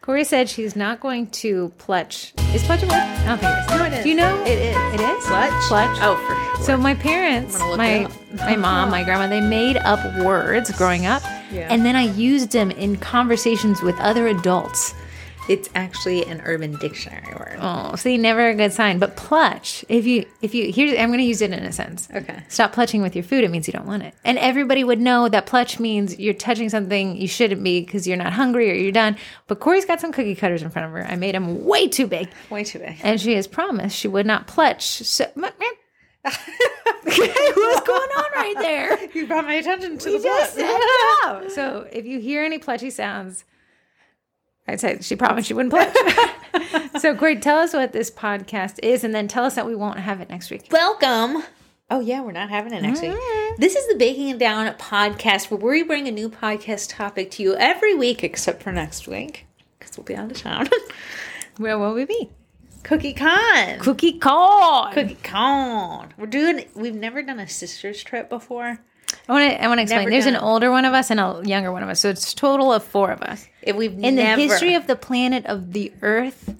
Corey said she's not going to pledge. Is pledge a word? I don't think it is. No, it is. Do you know? It is. It is? Clutch? Pledge. Oh, for sure. So my parents, I'm gonna look my my it mom, my grandma, they made up words growing up, Yeah. and then I used them in conversations with other adults. it's actually an urban dictionary word. Oh, see, never a good sign. But clutch, if you if you here, I'm going to use it in a sense. Okay. Stop clutching with your food. It means you don't want it, and everybody would know that clutch means you're touching something you shouldn't be because you're not hungry or you're done. But Corey's got some cookie cutters in front of her. I made them way too big. Way too big. and she has promised she would not pledge. So, what's going on right there? You brought my attention to the Just book. said no. So, if you hear any pledgy sounds, I said she promised she wouldn't pledge. so, Corey, tell us what this podcast is, and then tell us that we won't have it next week. Welcome. Oh yeah, we're not having it next week. This is the Baking It Down podcast where we bring a new podcast topic to you every week except for next week because we'll be out of town. Where will we be? Cookie Con. Cookie corn. Cookie Con. We're doing. We've never done a sisters trip before. I want to. I want to explain. Never There's an done. older one of us and a younger one of us, so it's a total of four of us. If we've in never, the history of the planet of the earth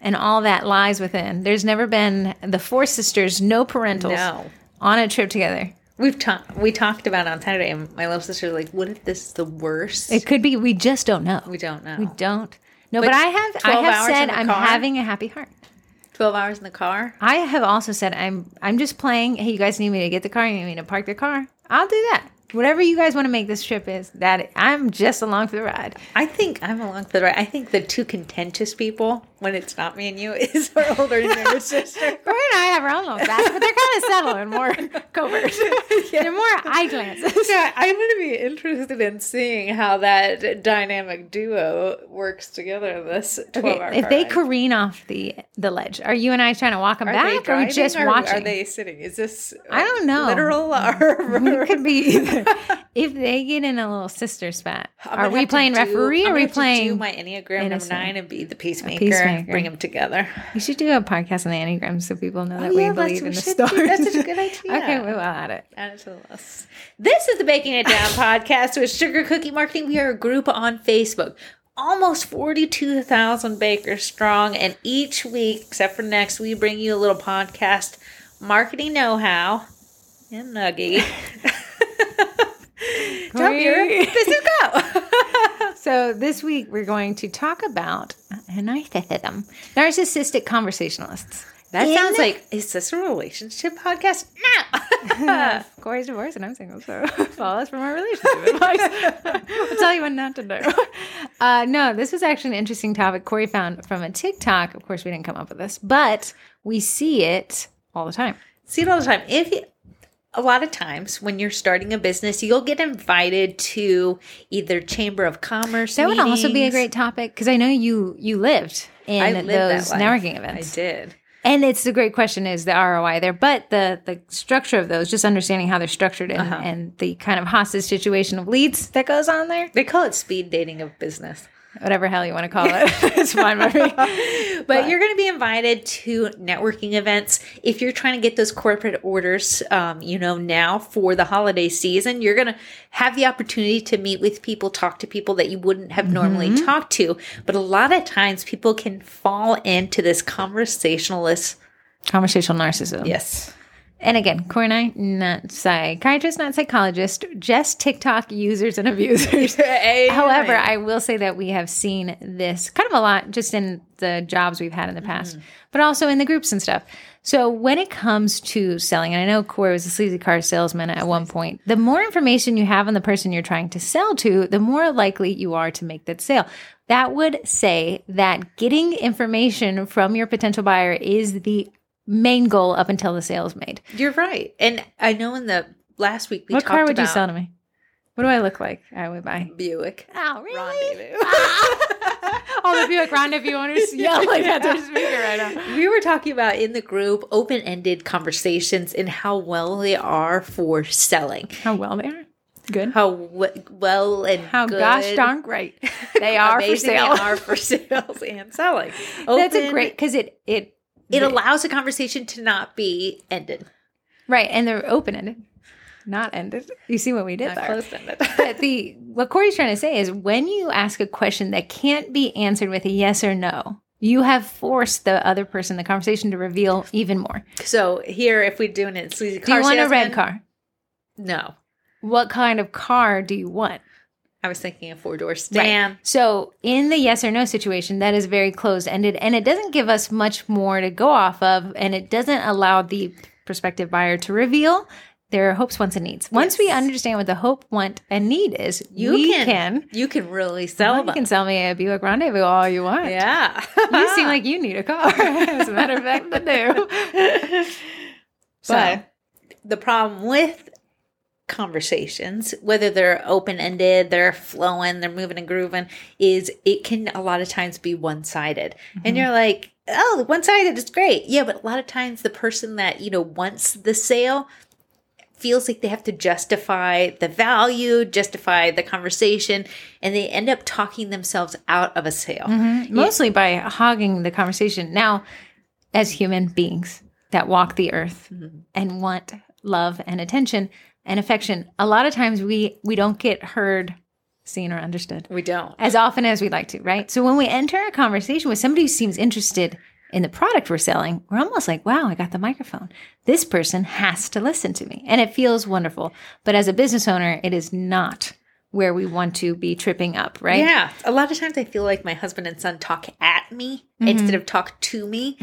and all that lies within there's never been the four sisters no parentals No. on a trip together we've talked. We talked about it on Saturday, and my little sister's like, "What if this is the worst?" it could be we just don't know we don't know. we don't no but, i have i 12 have hours in said the i'm car? having a happy heart Twelve hours in the car. i have also said i'm i'm just playing hey you guys need me to get the car you need me to park the car i'll do that whatever you guys want to make this trip is that i'm just along for the ride I think I'm along for the right. I think the two contentious people, when it's not me and you, is our older and younger sister. Corey and I have our own little facts, but they're kind of subtle and more covert. They're more eye glances. Yeah, I'm going to be interested in seeing how that dynamic duo works together in this 12 Okay, hour if they careen off the the ledge, are you and I trying to walk them back, or just watching? Are they sitting? Is this I don't know. Mm-hmm. literal or It could be either. if they get in a little sister spat, are we playing referee? Or are we playing? Do my Enneagram innocent? number nine and be the peacemaker, peacemaker. and bring them together. we should do a podcast on the enneagrams so people know that Oh, we yeah, that's- believe in we the should do- stars. that's such a good idea. okay, we'll add it. Add it to the list. This is the Baking It Down podcast with Sugar Cookie Marketing. We are a group on Facebook, almost 42,000 bakers strong. And each week, except for next, we bring you a little podcast marketing know how and nuggy. Tell me your Great. business go. So this week we're going to talk about narcissism, narcissistic conversationalists. That In- sounds like, is this a relationship podcast? No. Corey's divorced and I'm single, so follow us for more relationship advice. I'll tell you what not to do. Uh, no, this was actually an interesting topic Corey found from a TikTok. Of course, we didn't come up with this, but we see it all the time. see it all the time. If you, a lot of times when you're starting a business, you'll get invited to either chamber of commerce. That would also be a meetings. great topic because I know you you lived in I lived that those life. networking events. I did. And it's the great question is the ROI there, but the the structure of those, just understanding how they're structured and, and the kind of hostage situation of leads that goes on there, They call it speed dating of business. whatever hell you want to call it, it's fine by me. But, you're going to be invited to networking events. If you're trying to get those corporate orders, um, you know, now for the holiday season, you're going to have the opportunity to meet with people, talk to people that you wouldn't have normally Mm-hmm. talked to. But a lot of times people can fall into this conversationalist. Conversational narcissism. Yes. And again, Corey and I, not psychiatrists, not psychologists, just TikTok users and abusers. However, I will say that we have seen this kind of a lot just in the jobs we've had in the Mm-hmm. past, but also in the groups and stuff. So when it comes to selling, and I know Corey was a sleazy car salesman at one point, the more information you have on the person you're trying to sell to, the more likely you are to make that sale. That would say that getting information from your potential buyer is the main goal up until the sale is made. You're right. And I know in the last week we what talked car would about you sell to me? What do I look like? I would buy. Buick. Oh, really? Rendezvous. All the Buick Rendezvous owners yell like at their speaker right now. we were talking about in the group open-ended conversations and how well they are for selling. How well they are. Good. How w- well and How good, gosh darn great they are for amazing sale. They are for sales and selling. That's a Open- great because it it It allows a conversation to not be ended. right and they're open ended. Not ended. You see what we did Not there. closed-ended. but the what Corey's trying to say is when you ask a question that can't be answered with a yes or no, you have forced the other person in the conversation to reveal even more. So here, if we're doing it, sleazy Do car you want a red salesman? car? No, What kind of car do you want? I was thinking a four door Right. sedan. So in the yes or no situation, that is very closed ended and it doesn't give us much more to go off of and it doesn't allow the prospective buyer to reveal their hopes, wants, and needs. Once we Yes. understand what the hope, want, and need is, You we can, can you can really Well, sell you them. can sell me a Buick Rendezvous all you want. yeah, You seem like you need a car. As a matter of fact, I do. So- But the problem with conversations, whether they're open ended, they're flowing, they're moving and grooving, is it can a lot of times be one sided. Mm-hmm. And you're like, oh, one sided is great. Yeah, but a lot of times the person that, you know, wants the sale feels like they have to justify the value, justify the conversation, and they end up talking themselves out of a sale. Mostly by hogging the conversation. Now, as human beings that walk the earth and want love and attention and affection, a lot of times we we don't get heard, seen, or understood We don't. as often as we'd like to, right? So when we enter a conversation with somebody who seems interested in the product we're selling, we're almost like, wow, I got the microphone. This person has to listen to me. And it feels wonderful. But as a business owner, it is not where we want to be tripping up, right? Yeah. A lot of times I feel like my husband and son talk at me instead of talk to me.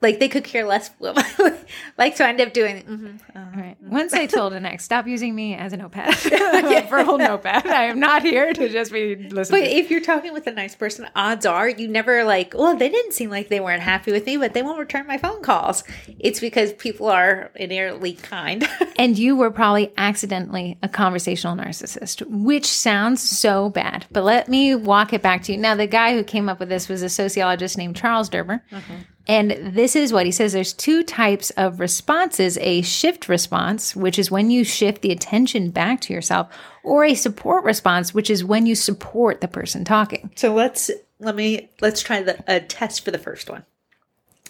Like they could care less. like, so I end up doing, mhm. All right. Once I told Annette, stop using me as a notepad, a verbal notepad. I am not here to just be listening. But if you're talking with a nice person, odds are you never like, well, they didn't seem like they weren't happy with me, but they won't return my phone calls. It's because people are inherently kind. And you were probably accidentally a conversational narcissist, which sounds so bad. But let me walk it back to you. Now, the guy who came up with this was a sociologist named Charles Derber. And this is what he says there's two types of responses a shift response, which is when you shift the attention back to yourself, or a support response, which is when you support the person talking. so let's, let me, let's try the, a test for the first one.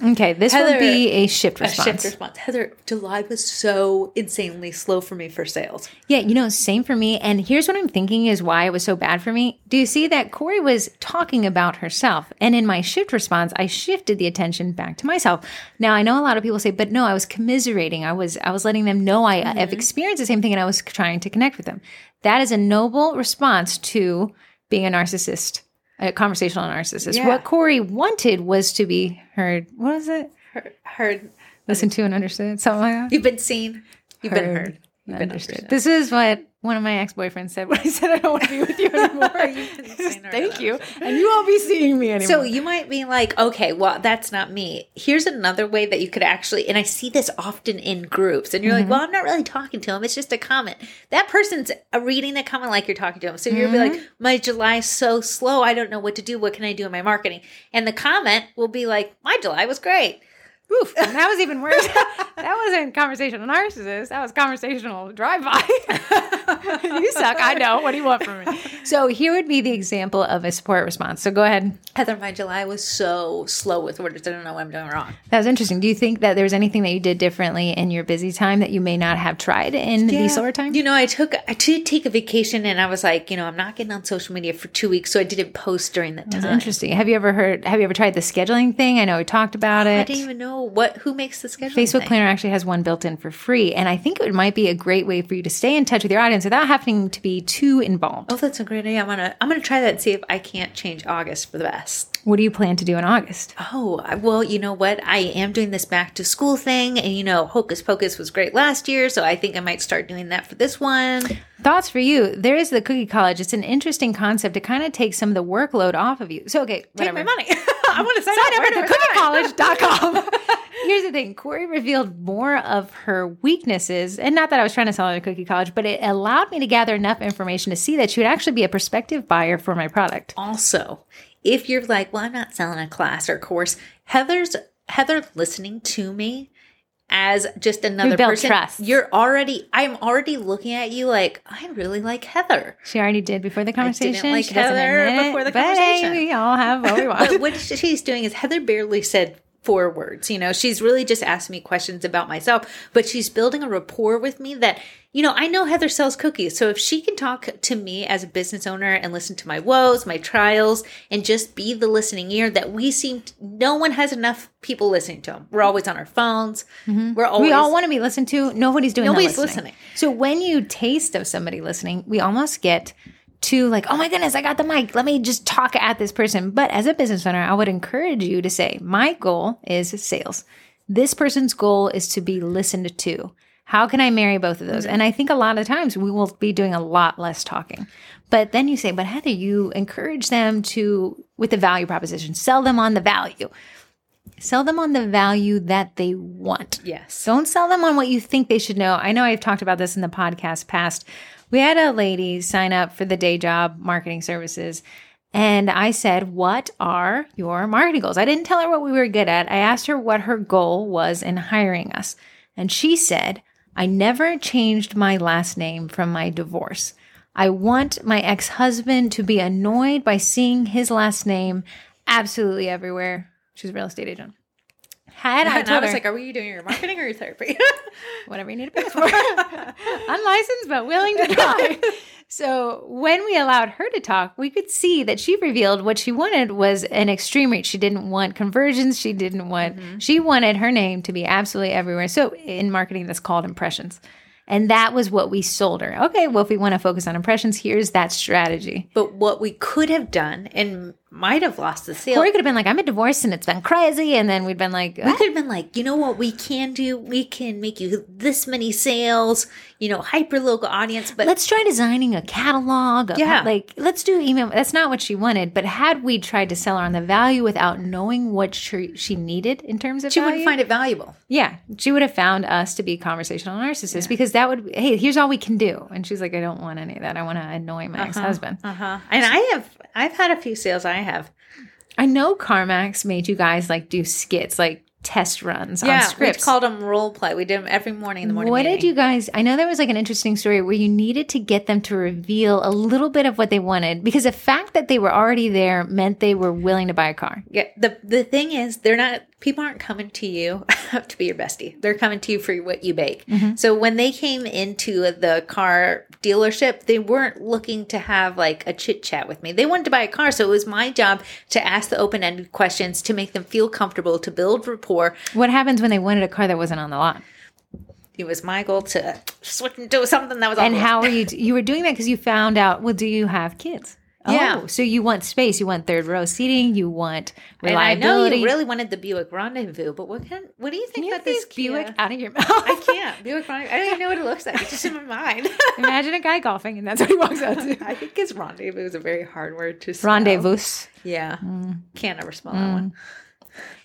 Okay, this Heather, would be a shift A response. shift response. Heather, July was so insanely slow for me for sales. Yeah, you know, same for me. And here's what I'm thinking is why it was so bad for me. Do you see that Corey was talking about herself? And in my shift response, I shifted the attention back to myself. Now I know a lot of people say, but no, I was commiserating. I was I was letting them know I have experienced the same thing and I was trying to connect with them. That is a noble response to being a narcissist, a conversational narcissist. Yeah. What Corey wanted was to be heard. What was it? Heard, heard Listened to and understood, something like that. You've been seen. You've been Heard. heard. You've been Understood. understood. This is what one of my ex boyfriends said when I said I don't want to be with you anymore. You've been seen or Thank heard. you. And you won't be seeing me So anymore. you might be like, okay, well, that's not me. Here's another way that you could actually, and I see this often in groups, and you're Mm-hmm. like, well, I'm not really talking to him. It's just a comment. That person's uh, reading the comment like you're talking to him. So you'll be Mm-hmm. like, my July's so slow. I don't know what to do. What can I do in my marketing? And the comment will be like, my July was great. Oof, and that was even worse. that wasn't conversational narcissist. That was conversational drive by. you suck. I know. What do you want from me? So here would be the example of a support response. So go ahead. Heather, my July was so slow with orders. I don't know what I'm doing wrong. That was interesting. Do you think that there was anything that you did differently in your busy time that you may not have tried in the solar time? You know, I took I did take a vacation, and I was like, you know, I'm not getting on social media for two weeks, so I didn't post during that That's time. interesting. Have you ever heard? Have you ever tried the scheduling thing? I know we talked about it. Oh, I didn't even know what who makes the schedule. Facebook Planner actually has one built in for free, and I think it might be a great way for you to stay in touch with your audience without having to be too involved. Oh, that's a great idea. I'm gonna I'm gonna try that and see if I can't change August for the best. What do you plan to do in August? Oh, I- well, you know what? I am doing this back to school thing, and you know, Hocus Pocus was great last year, so I think I might start doing that for this one. Thoughts for you? There is the Cookie College. It's an interesting concept to kind of take some of the workload off of you. So, okay, Take whatever. my money. I want to sign, Sign up up at for the cookie thecookiecollege.com. Here's the thing Corey revealed more of her weaknesses, and not that I was trying to sell her Cookie College, but it allowed me to gather enough information to see that she would actually be a prospective buyer for my product. also if you're like well i'm not selling a class or course heather's heather listening to me as just another We build person trust. you're already i'm already looking at you like i really like heather She already did before the conversation. like She doesn't Heather admit it, before the but hey, conversation. we all have what we but want. what she's doing is heather barely said four words. You know, she's really just asking me questions about myself, but she's building a rapport with me that, you know, I know Heather sells cookies. So if she can talk to me as a business owner and listen to my woes, my trials, and just be the listening ear that we seem to, no one has enough people listening to them. We're always on our phones. We're always we all want to be listened to. Nobody's doing. Nobody's that listening. So when you taste of somebody listening, we almost get to like, oh my goodness, I got the mic. Let me just talk at this person. But as a business owner, I would encourage you to say, my goal is sales. This person's goal is to be listened to. How can I marry both of those? Mm-hmm. And I think a lot of times we will be doing a lot less talking. But then you say, but Heather, you encourage them to, with the value proposition, sell them on the value. Sell them on the value that they want. yes. Don't sell them on what you think they should know. I know I've talked about this in the podcast past. We had a lady sign up for the day job marketing services. And I said, What are your marketing goals? I didn't tell her what we were good at. I asked her what her goal was in hiring us. And she said, I never changed my last name from my divorce. I want my ex husband to be annoyed by seeing his last name absolutely everywhere. She's a real estate agent. Had I, and I told was her, like, are you doing your marketing or your therapy? whatever you need to pay for. Unlicensed, but willing to try. So when we allowed her to talk, we could see that she revealed what she wanted was an extreme reach. She didn't want conversions. She didn't want, she wanted her name to be absolutely everywhere. So in marketing, that's called impressions. And that was what we sold her. Okay, well, if we want to focus on impressions, here's that strategy. but what we could have done and might have lost the sale Or you could have been like, I'm a divorce and it's been crazy. And then we'd been like, We could have been like, you know what we can do? We can make you this many sales, you know, hyper local audience. But let's try designing a catalog. Of Yeah. like, let's do email. That's not what she wanted. But had we tried to sell her on the value without knowing what she, she needed in terms of she value, wouldn't find it valuable. yeah, she would have found us to be conversational narcissists because that would, hey, here's all we can do. And she's like, I don't want any of that. I want to annoy my ex husband. Uh huh. And I have, I've had a few sales. I have. I know Carmax made you guys like do skits, like test runs on we scripts. called them role play. We did them every morning in the morning. What meeting. did you guys? I know there was like an interesting story where you needed to get them to reveal a little bit of what they wanted because the fact that they were already there meant they were willing to buy a car. Yeah. The the thing is, they're not people aren't coming to you to be your bestie. They're coming to you for what you bake. Mm-hmm. So when they came into the car dealership, they weren't looking to have like a chit chat with me. They wanted to buy a car, so it was my job to ask the open ended questions to make them feel comfortable, to build rapport. What happens when they wanted a car that wasn't on the lot? It was my goal to switch into something that was. And all- how are you? You were doing that because you found out. Well, do you have kids? Yeah. Oh, so you want space. You want third row seating. You want And I know reliability. you really wanted the Buick Rendezvous, but what can? What do you think Get about this this Buick Kia? out of your I mouth. can't Buick Rendezvous. I don't even know what it looks like. It's just in my mind. Imagine a guy golfing and that's what he walks out to. I think his rendezvous is a very hard word to spell. Rendezvous. Yeah. Can't ever spell that one.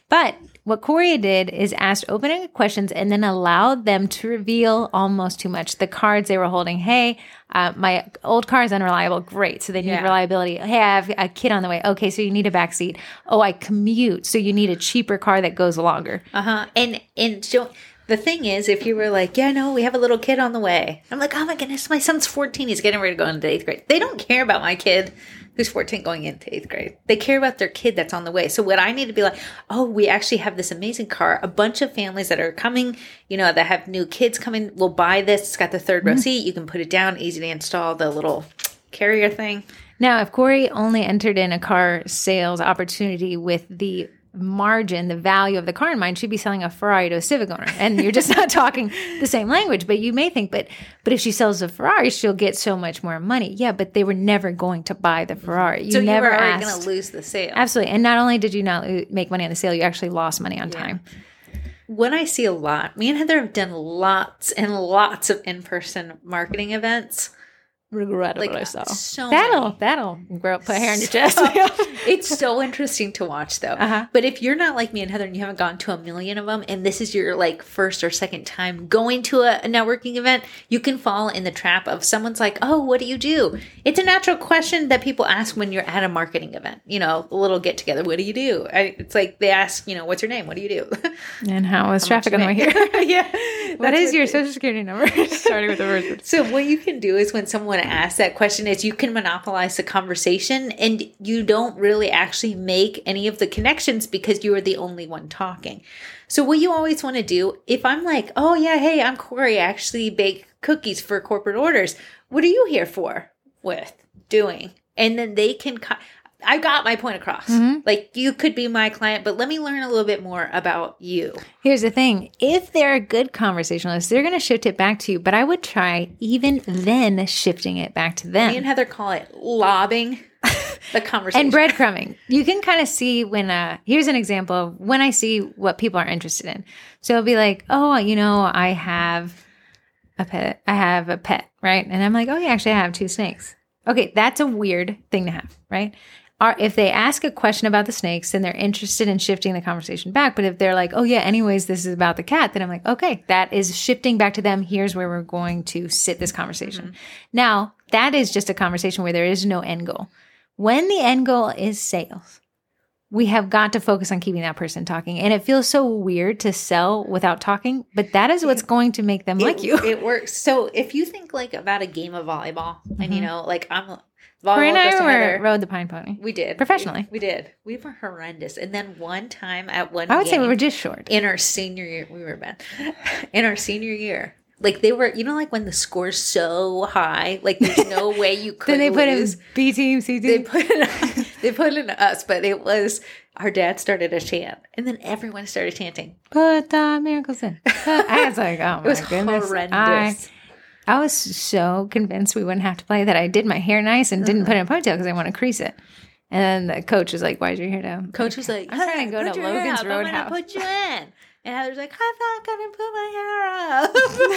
But what Corey did is asked opening questions and then allowed them to reveal almost too much. The cards they were holding, hey, uh, my old car is unreliable. Great. So they need Yeah. reliability. Hey, I have a kid on the way. Okay, so you need a backseat. Oh, I commute. So you need a cheaper car that goes longer. Uh huh. And and so the thing is, if you were like, yeah, no, we have a little kid on the way. I'm like, oh my goodness, my son's 14. He's getting ready to go into eighth grade. They don't care about my kid who's 14 going into eighth grade. They care about their kid that's on the way. So what I need to be like, oh, we actually have this amazing car. A bunch of families that are coming, you know, that have new kids coming will buy this. It's got the third row seat. You can put it down, easy to install the little carrier thing. Now, if Corey only entered in a car sales opportunity with the margin, the value of the car in mind, she'd be selling a Ferrari to a Civic owner, and you're just not talking the same language. But you may think, but but if she sells a Ferrari, she'll get so much more money. Yeah, but they were never going to buy the Ferrari. You So never you were already going asked. to lose the sale. Absolutely, and not only did you not lo- make money on the sale, you actually lost money on time. what I see a lot, me and Heather have done lots and lots of in person marketing events. Regrettably Like, uh, so That'll many. that'll grow put hair on your chest. It's so interesting to watch though. But if you're not like me and Heather and you haven't gone to a million of them and this is your like first or second time going to a, a networking event, you can fall in the trap of someone's like, "Oh, what do you do?" It's a natural question that people ask when you're at a marketing event, you know, a little get together, "What do you do?" I, it's like they ask, you know, "What's your name? What do you do?" and how was traffic on the way here? yeah. what is your social security number? Starting with the first one. So what you can do is when someone asks that question is you can monopolize the conversation and you don't really actually make any of the connections because you are the only one talking. So what you always want to do, if I'm like, oh yeah, hey, I'm Corey, I actually bake cookies for corporate orders. What are you here for? With doing, and then they can. Co- I got my point across. Like you could be my client, but let me learn a little bit more about you. Here's the thing if they're a good conversationalist, they're going to shift it back to you, but I would try even then shifting it back to them. Me and Heather call it lobbing the conversation. and breadcrumbing. You can kind of see when uh here's an example of when I see what people are interested in. So it'll be like, oh, you know, I have a pet. I have a pet, right? And I'm like, oh, yeah, actually, I have two snakes. Okay, that's a weird thing to have, right? Are if they ask a question about the snakes, then they're interested in shifting the conversation back. But if they're like, oh yeah, anyways, this is about the cat, then I'm like, okay, that is shifting back to them. Here's where we're going to sit this conversation. Mm-hmm. Now, that is just a conversation where there is no end goal. When the end goal is sales, we have got to focus on keeping that person talking. And it feels so weird to sell without talking, but that is what's going to make them like it, you. It works. So if you think like about a game of volleyball, and you know, like I'm volleyball Corey Mm-hmm. and goes to I Heather. were, rode the pine pony. we did professionally. We, we did. We were horrendous. And then one time at one, I would say we game- were just short. in our senior year we were bad in our senior year like they were you know like when the score's so high like there's no way you could Then they put in lose. B team, C they team. put in, they put in us but it was our dad started a chant and then everyone started chanting Put the miracles in. I was like, oh my it was goodness. I, horrendous I was so convinced we wouldn't have to play that I did my hair nice and didn't Uh-huh. put it in a ponytail because I want to crease it. And then the coach was like, why'd your hair down? coach was like I'm trying to go "Yeah, to put your hair Logan's up. I'm gonna Roadhouse." put you in and Heather's like I'm not gonna put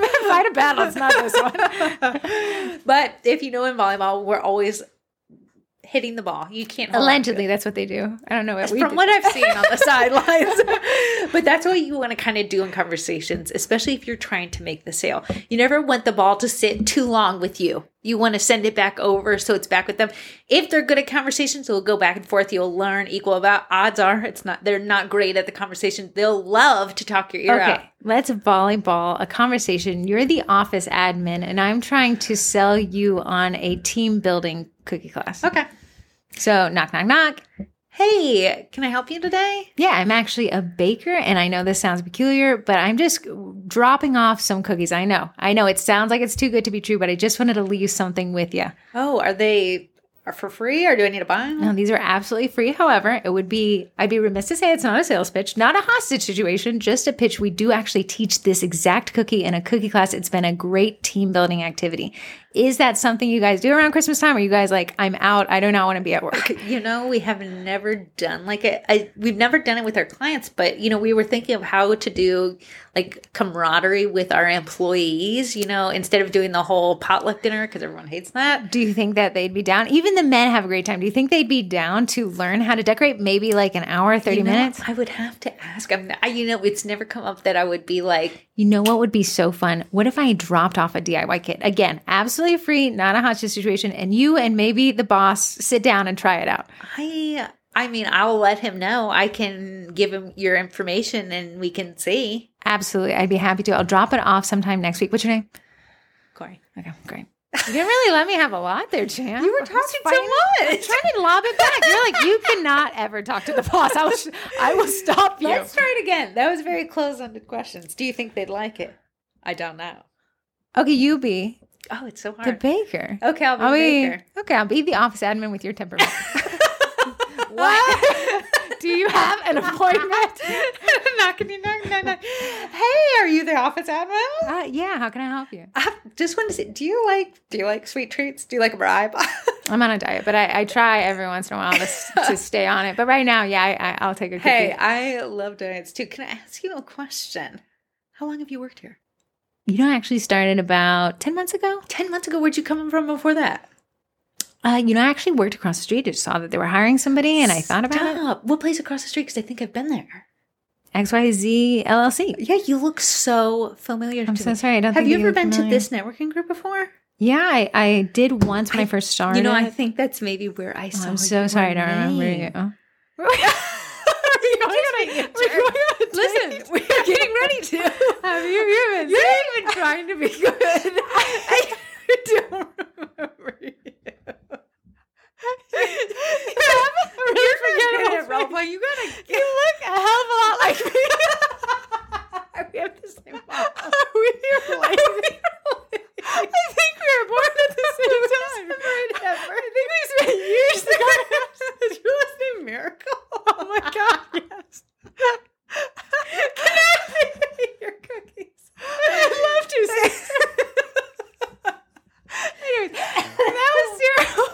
my hair up Fight a battle. It's not this one. but if you know in volleyball we're always hitting the ball you can't hold on to it. Allegedly, that's what they do. I don't know what we from do. what I've seen on the sidelines. but that's what you want to kind of do in conversations, especially if you're trying to make the sale. You never want the ball to sit too long with you. You want to send it back over so it's back with them. If they're good at conversations, they'll go back and forth. You'll learn equal about odds are it's not they're not great at the conversation. They'll love to talk your ear out. Okay, let's volleyball a conversation. You're the office admin, and I'm trying to sell you on a team building cookie class. Okay. So, knock, knock, knock. Hey, can I help you today? Yeah, I'm actually a baker, and I know this sounds peculiar, but I'm just dropping off some cookies. I know, I know it sounds like it's too good to be true, but I just wanted to leave something with you. Oh, are they are for free or do I need to buy them? Now, these are absolutely free. However, it would be, I'd be remiss to say it's not a sales pitch, not a hostage situation, just a pitch. We do actually teach this exact cookie in a cookie class. It's been a great team building activity. Is that something you guys do around Christmas time? Are you guys like, I'm out, I do not want to be at work? You know, we have never done like it. I, we've never done it with our clients, but you know, we were thinking of how to do like camaraderie with our employees. You know, instead of doing the whole potluck dinner because everyone hates that. Do you think that they'd be down? Even the men have a great time. Do you think they'd be down to learn how to decorate maybe like an hour, 30 You know, minutes? I would have to ask. I'm. I, you know, it's never come up that I would be like, You know what would be so fun? What if I dropped off a DIY kit? Again, absolutely free, not a hostage situation. And you and maybe the boss sit down and try it out. I. I mean, I'll let him know. I can give him your information, and we can see. Absolutely. I'd be happy to. I'll drop it off sometime next week. What's your name? Corey, Okay, great. You didn't really let me have a lot there, Jan. You we're talking so much. Trying to lob it back. You're like, you cannot ever talk to the boss. I will, sh- I will stop you. Let's try it again. That was very close-ended questions. Do you think they'd like it? I don't know. Okay, you be Oh, it's so hard. the baker. Okay, I'll be I'll be, baker. okay, I'll be the office admin with your temperament. what? Do you have an appointment? knocking you, knock, knock, knock. Hey, are you the office admin? Uh, yeah, how can I help you? I just wanted to say, do you like do you like sweet treats? Do you like a bribe? I'm on a diet, but I, I try every once in a while to, s- to stay on it. But right now, yeah, I, I, I'll take a cookie. hey, I love donuts too. Can I ask you a question? How long have you worked here? You know, I actually started about 10 months ago. Ten months ago. Where'd you come from before that? Uh, you know, I actually worked across the street. I just saw that they were hiring somebody and I thought about it. Stop. What place across the street? Because I think I've been there. XYZ LLC. Yeah, you look so familiar. I'm to so me. sorry. I don't Have think you ever been familiar. to this networking group before? Yeah, I, I did once when I, first started. You know, I think that's maybe where I Oh, saw. I'm so your sorry I don't remember name. you. You're just being a jerk. Listen, we're getting ready to. Have you humans? You're not even trying to be good. I don't remember you. You're really forgettable forgettable. at role play. You gotta You look a hell of a lot like me. we have the same mom. we related? I think we were born at the same time. I think we spent years together. Is your last name Miracle? Oh my god, yes. Can I Your cookies. I'd love to say. Anyways, that was your.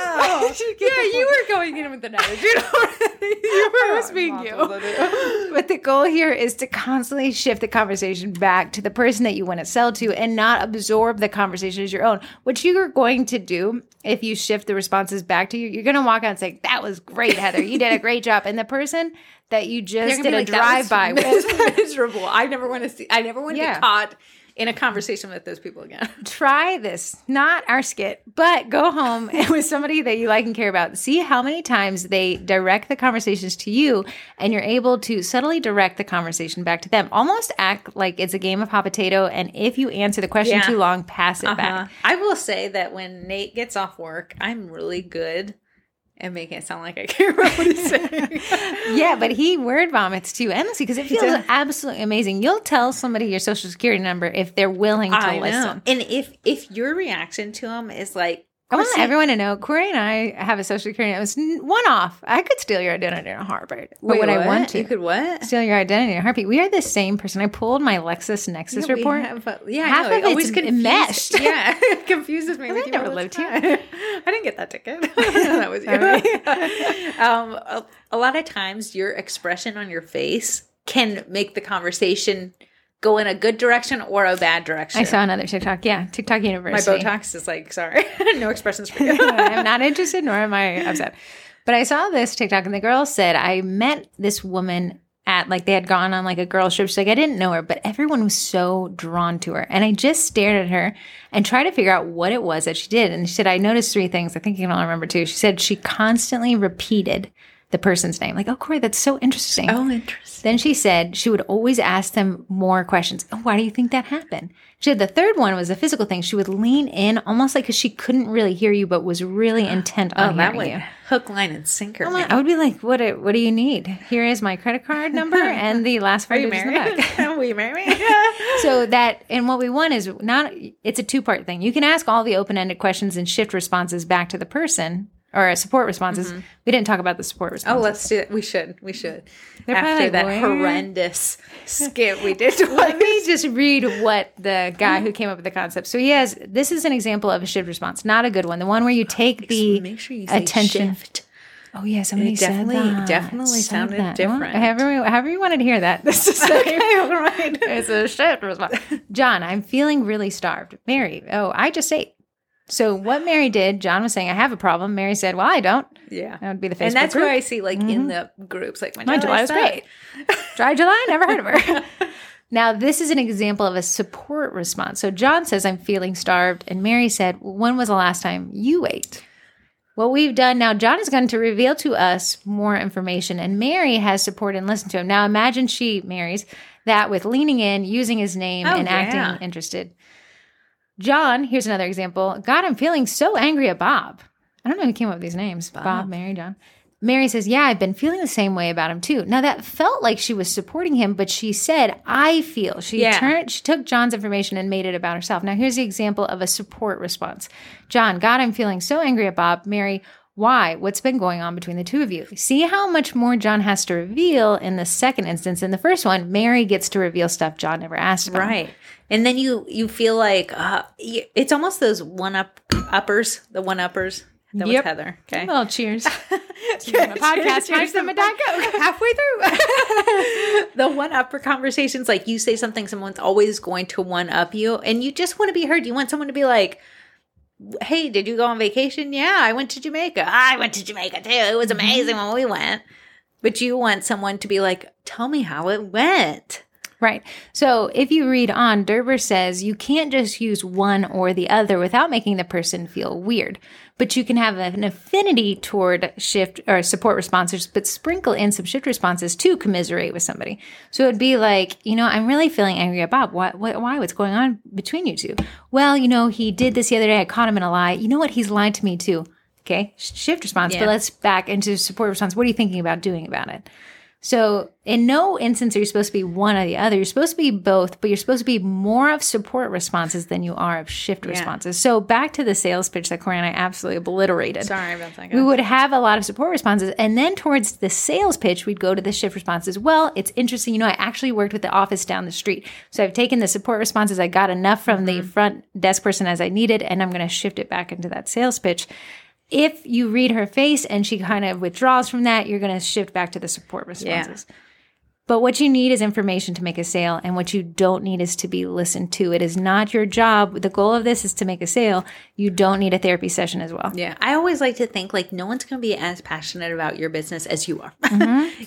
Oh. yeah, you were going in with the knowledge. You, don't, you were risking you. But the goal here is to constantly shift the conversation back to the person that you want to sell to and not absorb the conversation as your own, which you're going to do if you shift the responses back to you. You're going to walk out and say, That was great, Heather. You did a great job. And the person that you just did a drive by with. miserable. I never want to see. I never want to Yeah. be caught in a conversation with those people again. try this, not our skit, but go home with somebody that you like and care about. See how many times they direct the conversations to you and you're able to subtly direct the conversation back to them. Almost act like it's a game of hot potato. And if you answer the question Yeah. too long, pass it Uh, back. I will say that when Nate gets off work, I'm really good at making it sound like I care about what he's saying. Yeah, but he word vomits too endlessly because it feels Uh-huh. does. absolutely amazing. You'll tell somebody your social security number if they're willing to I listen. know. And if if your reaction to him is like, I want Chrissy, everyone to know Corey and I have a social security. It was one off. I could steal your identity in a heartbeat, but wait, when I what? want to, you could what? steal your identity in a heartbeat. We are the same person. I pulled my Lexus Nexus Yeah, we report. have, uh, yeah, Half I know. of it always it's confuses- enmeshed. Yeah, it confuses me. I With you never all the lived here. time. I didn't get that ticket. that was you. um, a, a lot of times, your expression on your face can make the conversation go in a good direction or a bad direction. I saw another TikTok. Yeah, TikTok my University. Botox is like, sorry, no expressions for you. I'm not interested, nor am I upset. But I saw this TikTok, and the girl said, I met this woman at like they had gone on like a girls trip. She's like, I didn't know her, but everyone was so drawn to her. And I just stared at her and tried to figure out what it was that she did. And she said, I noticed three things. I think you can all remember too. She said she constantly repeated the person's name. Like, oh, Corey, that's so interesting. oh, interesting. Then she said she would always ask them more questions. Oh, why do you think that happened? She had the third one was a physical thing. She would lean in almost like because she couldn't really hear you, but was really intent Oh, on that hearing one, you. hook, line, and sinker. I'm man. like- I would be like, "What? do- What do you need? Here is my credit card number and the last four Are you digits in the married? back." Will you marry me? so that and what we want is not it's a two part thing you can ask all the open-ended questions and shift responses back to the person or support responses we didn't talk about the support Oh, responses let's do it. We should. We should. probably After like, that "Where?" horrendous skit we did. Let me just read what the guy who came up with the concept. So he has this is an example of a shift response, not a good one. The one where you take the Make sure you say attention. shift. Oh yeah, somebody It said definitely- that. definitely Said sounded that. Well, different. however, you- however you wanted to hear that. This is Okay, all right. it's a shift response. John, I'm feeling really starved. Mary, oh, I just ate. So what Mary did, John was saying, I have a problem. Mary said, Well, I don't. Yeah. That would be the Oh, Facebook And that's group. where I see, like, in the groups, like, my, My July was sucked. great. Dry July, never heard of her. now, this is an example of a support response. So John says, I'm feeling starved. And Mary said, well, When was the last time you ate? What we've done now, John is going to reveal to us more information, and Mary has support and listened to him. Now, imagine she, Mary's, that with leaning in, using his name, Oh, and yeah. acting interested. John, here's another example. God, I'm feeling so angry at Bob. I don't know who came up with these names Bob, Mary, John. Mary says, Yeah, I've been feeling the same way about him too. Now that felt like she was supporting him, but she said, I feel. She Yeah. turned she took John's information and made it about herself. Now here's the example of a support response. John, God, I'm feeling so angry at Bob. Mary, why? What's been going on between the two of you? See how much more John has to reveal in the second instance. In the first one, Mary gets to reveal stuff John never asked about. Right. And then you you feel like uh, y- it's almost those one up uppers, the one uppers. That Yep. was Heather. Okay. Well, cheers. Cheers on the podcast. Cheers to my Diet Coke. halfway through. the one upper conversations, like you say something, someone's always going to one up you, and you just want to be heard. You want someone to be like, "Hey, did you go on vacation? Yeah, I went to Jamaica. I went to Jamaica too. It was amazing when we went." But you want someone to be like, "Tell me how it went." Right. So if you read on, Derber says you can't just use one or the other without making the person feel weird, but you can have an affinity toward shift or support responses, but sprinkle in some shift responses to commiserate with somebody. So it'd be like, you know, I'm really feeling angry at Bob. What, what, why? What's going on between you two? Well, you know, he did this the other day. I caught him in a lie. You know what? He's lied to me too. Okay. Shift response, Yeah. but let's back into support response. What are you thinking about doing about it? So, in no instance are you supposed to be one or the other. You're supposed to be both, but you're supposed to be more of support responses than you are of shift responses. So, back to the sales pitch that Corinne and I absolutely obliterated. Sorry about that. We would have a lot of support responses. And then towards the sales pitch, we'd go to the shift responses. Well, it's interesting. You know, I actually worked with the office down the street. So I've taken the support responses. I got enough from the front desk person as I needed, and I'm going to shift it back into that sales pitch. If you read her face and she kind of withdraws from that, you're going to shift back to the support responses. But what you need is information to make a sale, and what you don't need is to be listened to. It is not your job. The goal of this is to make a sale. You don't need a therapy session as well. Yeah, I always like to think like no one's going to be as passionate about your business as you are.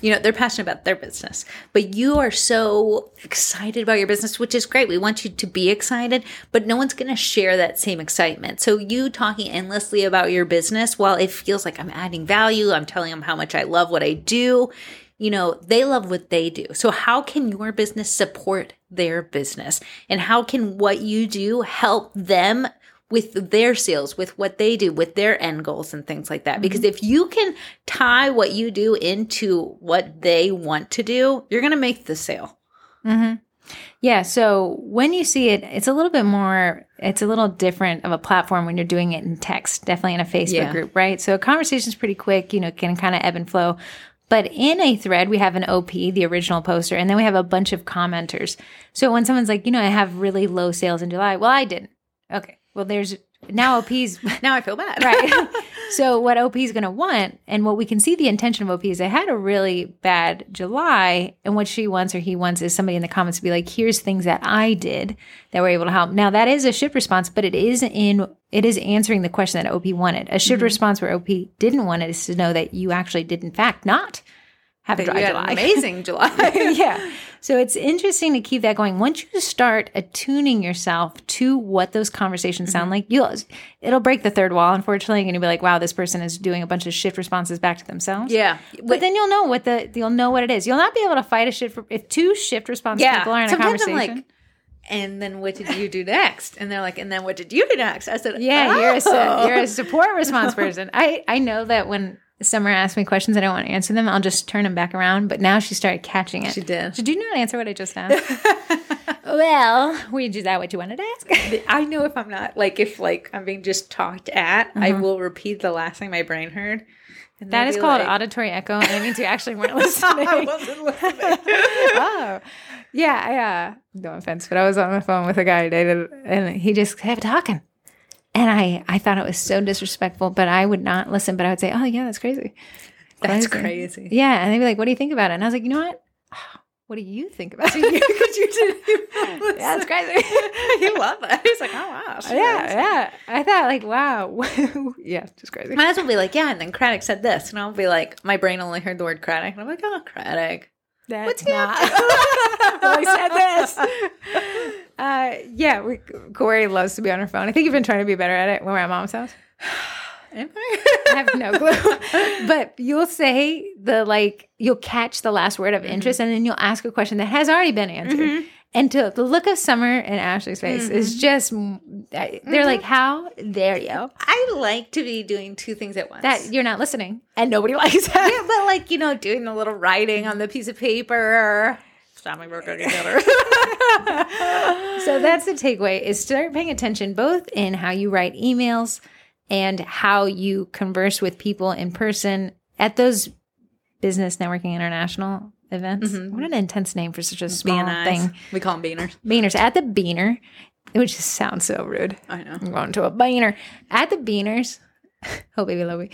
you know, they're passionate about their business, but you are so excited about your business, which is great. We want you to be excited, but no one's going to share that same excitement. So you talking endlessly about your business, while it feels like I'm adding value, I'm telling them how much I love what I do. You know, they love what they do. So how can your business support their business? And how can what you do help them with their sales, with what they do, with their end goals and things like that. Because Mm-hmm. if you can tie what you do into what they want to do, you're going to make the sale. Yeah. So when you see it, it's a little bit more, it's a little different of a platform when you're doing it in text, definitely in a Facebook Yeah. group, right? So a conversation's pretty quick, you know, can kind of ebb and flow. But in a thread, we have an OP, the original poster, and then we have a bunch of commenters. So when someone's like, you know, I have really low sales in July, well, I didn't. Okay. Well, there's now OP's Now I feel bad. right? so what OP is going to want, and what we can see the intention of OP is I had a really bad July, and what she wants or he wants is somebody in the comments to be like, "Here's things that I did that were able to help." Now that is a shift response, but it is in it is answering the question that OP wanted. A Mm-hmm. shift response where OP didn't want it is to know that you actually did in fact not have a You dry had July. an amazing July. yeah. So it's interesting to keep that going. Once you start attuning yourself to what those conversations sound Mm-hmm. like, you'll it'll break the third wall, unfortunately, and you'll be like, wow, this person is doing a bunch of shift responses back to themselves. yeah. But then you'll know what the you'll know what it is. You'll not be able to fight a shift for, if two shift response yeah. people are in Sometimes a I'm conversation. like, and then what did you do next? And they're like, and then what did you do next? I said, Yeah, you're a su- "Oh." you're a support response person. I I know that when Summer asks me questions I don't want to answer them, I'll just turn them back around. But now she started catching it. She did. Did you not answer what I just asked? well, we is that what you wanted to ask? I know if I'm not like if like I'm being just talked at, I Mm-hmm. will repeat the last thing my brain heard. And That they'll is be called like, auditory echo, and it means you actually weren't listening. I wasn't listening. oh, yeah, yeah. No offense, but I was on the phone with a guy today, that- and he just kept talking, and I I thought it was so disrespectful, but I would not listen. But I would say, oh yeah, that's crazy. That's crazy. Yeah, and they'd be like, "What do you think about it?" And I was like, "You know what? What do you think about it?" because you didn't. Even yeah, listen. it's crazy. you love that. He's like, oh wow, yeah, yeah. I thought like, wow, yeah, just crazy. Might as well be like, yeah. And then Craddock said this, and I'll be like, my brain only heard the word Craddock, and I'm like, oh, Craddock. That's What's he up not- to? Well, I said this. Uh, yeah, we, Corey loves to be on her phone. I think you've been trying to be better at it when we're at mom's house. Am I? I have no clue. but you'll say the like you'll catch the last word of Mm-hmm. interest and then you'll ask a question that has already been answered. And to the look of Summer and Ashley's face is Mm-hmm. just mm, I- they're like, How dare you? I like to be doing two things at once. That you're not listening. And nobody likes that. yeah, but like you know, doing the little writing on the piece of paper. Stop my work together. So that's the takeaway is start paying attention both in how you write emails and how you converse with people in person at those business networking international events. What an intense name for such a small thing. We call them beaners. Beaners at the Beaner, which just sounds so rude. I know. I'm going to a Beaner. At the Beaners. Oh, baby, love me.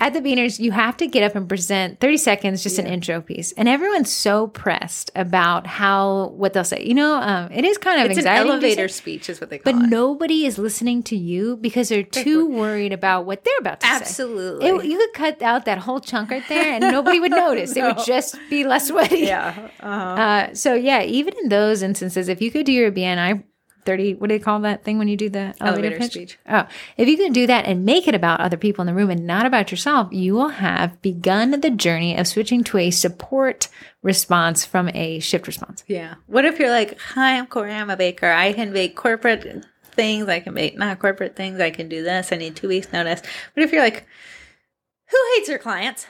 at the Beaners, you have to get up and present 30 seconds, just an intro piece. And everyone's so pressed about how, what they'll say. You know, um, it is kind of It's an anxiety. elevator inducing, speech, is what they call But it. nobody is listening to you because they're too worried about what they're about to say. Absolutely. It, you could cut out that whole chunk right there and nobody would notice. It would just be less sweaty. yeah. Uh-huh. Uh, so yeah, even in those instances, if you could do your BNI thirty, what do they call that thing when you do the elevator, Elevator pitch? speech. Oh, if you can do that and make it about other people in the room and not about yourself, you will have begun the journey of switching to a support response from a shift response. Yeah. What if you're like, hi, I'm Corey. I'm a baker. I can bake corporate things. I can bake not corporate things. I can do this. I need two weeks notice. But if you're like, who hates your clients?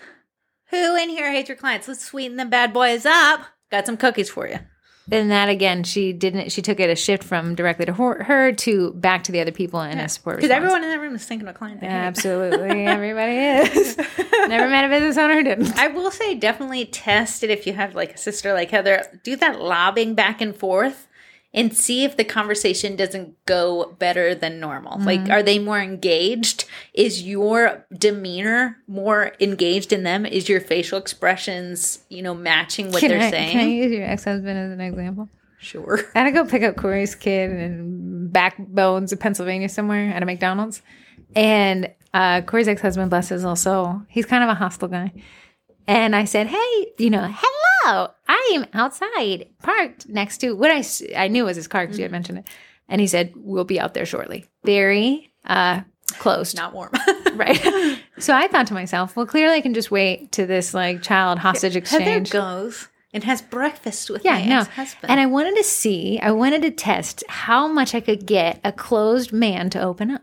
Who in here hates your clients? Let's sweeten the bad boys up. Got some cookies for you. Then that again, she didn't. She took it a shift from directly to her, her to back to the other people in a support Because response. everyone in that room is thinking of a client. they hate. Absolutely, everybody is. Never met a business owner who didn't. I will say definitely test it if you have like a sister like Heather. Do that lobbing back and forth and see if the conversation doesn't go better than normal. Mm-hmm. Like, are they more engaged? Is your demeanor more engaged in them? Is your facial expressions, you know, matching what they're I, saying? can I use your ex-husband as an example? Sure. I had to go pick up Corey's kid in Backbones of Pennsylvania somewhere at a McDonald's. And uh, Corey's ex husband, bless his little soul, he's kind of a hostile guy. And I said, hey, you know, hello, I am outside parked next to what I, s- I knew was his car because you had mentioned it. And he said, we'll be out there shortly. Very uh, closed. Not warm. Right. so I thought to myself, well, clearly I can just wait to this like child hostage exchange. Heather goes and has breakfast with Yeah, my no. ex-husband. And I wanted to see, I wanted to test how much I could get a closed man to open up.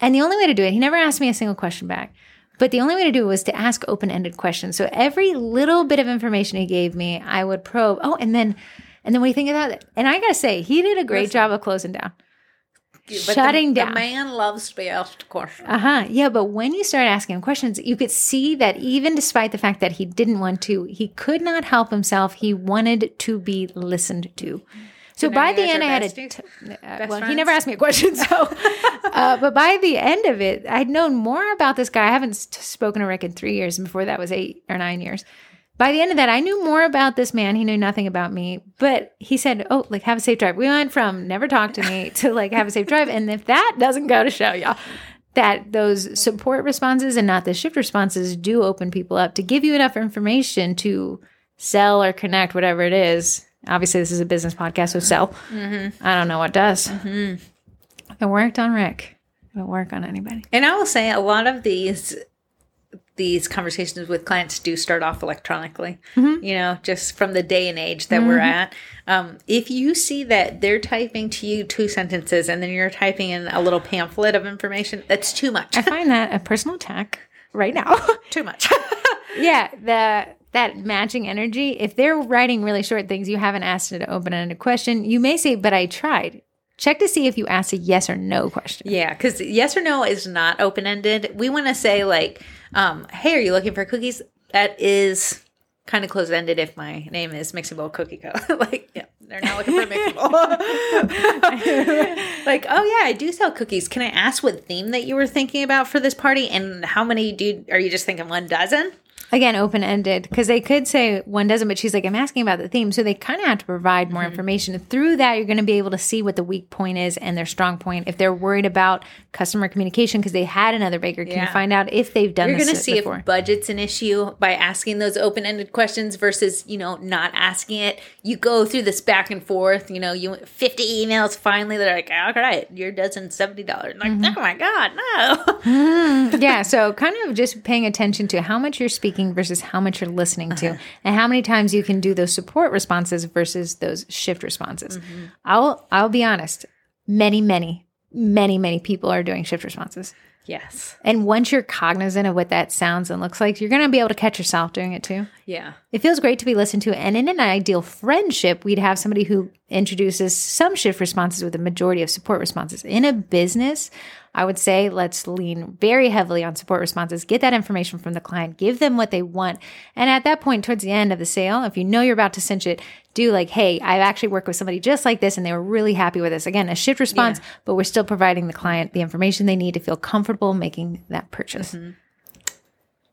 And the only way to do it, he never asked me a single question back. But the only way to do it was to ask open ended questions. So every little bit of information he gave me, I would probe. Oh, and then, and then what do you think about that? And I gotta say, he did a great job of closing down. the- shutting the down. man loves to be asked questions. Uh huh. Yeah, but when you start asking him questions, you could see that even despite the fact that he didn't want to, he could not help himself. He wanted to be listened to. So now by you the guys end, are I had a. T- besties? uh, well, Best he never friends? asked me a question, so. uh, but by the end of it, I'd known more about this guy. I haven't s- spoken to Rick in three years, and before that was eight or nine years. By the end of that, I knew more about this man. He knew nothing about me, but he said, "Oh, like have a safe drive." We went from never talk to me to like have a safe drive, and if that doesn't go to show y'all that those support responses and not the shift responses do open people up to give you enough information to sell or connect, whatever it is. Obviously, this is a business podcast, so sell. I don't know what does. It worked on Rick. It won't work on anybody. And I will say a lot of these these conversations with clients do start off electronically. You know, just from the day and age that we're at. Um, if you see that they're typing to you two sentences and then you're typing in a little pamphlet of information, that's too much. I find that a personal attack right now. too much. yeah, the that matching energy. If they're writing really short things, you haven't asked it to open ended question. You may say, "But I tried." Check to see if you asked a yes or no question. yeah, because yes or no is not open ended. We want to say like, um, "Hey, are you looking for cookies?" That is kind of closed ended. If my name is Mixing Bowl Cookie Co, like, yeah, they're not looking for Mixing Bowl. like, oh yeah, I do sell cookies. Can I ask what theme that you were thinking about for this party, and how many do you, are you just thinking one dozen? Again, open ended because they could say one doesn't, but she's like, I'm asking about the theme. So they kind of have to provide Mm-hmm. more information. Through that, you're going to be able to see what the weak point is and their strong point. If they're worried about customer communication because they had another baker, can you Yeah. find out if they've done You're this going to see before? if budget's an issue by asking those open ended questions versus, you know, not asking it. You go through this back and forth, you know, you 50 emails finally, they're like, all right, your dozen's $70. dollars like, oh my God, no. yeah so kind of just paying attention to how much you're speaking versus how much you're listening Uh-huh. to and how many times you can do those support responses versus those shift responses Mm-hmm. i'll i'll be honest many many many many people are doing shift responses yes. and once you're cognizant of what that sounds and looks like you're going to be able to catch yourself doing it too Yeah. it feels great to be listened to. And in an ideal friendship, we'd have somebody who introduces some shift responses with a majority of support responses. In a business, I would say let's lean very heavily on support responses, get that information from the client, give them what they want. And at that point, towards the end of the sale, if you know you're about to cinch it, do like, hey, I've actually worked with somebody just like this and they were really happy with this. Again, a shift response, but we're still providing the client the information they need to feel comfortable making that purchase.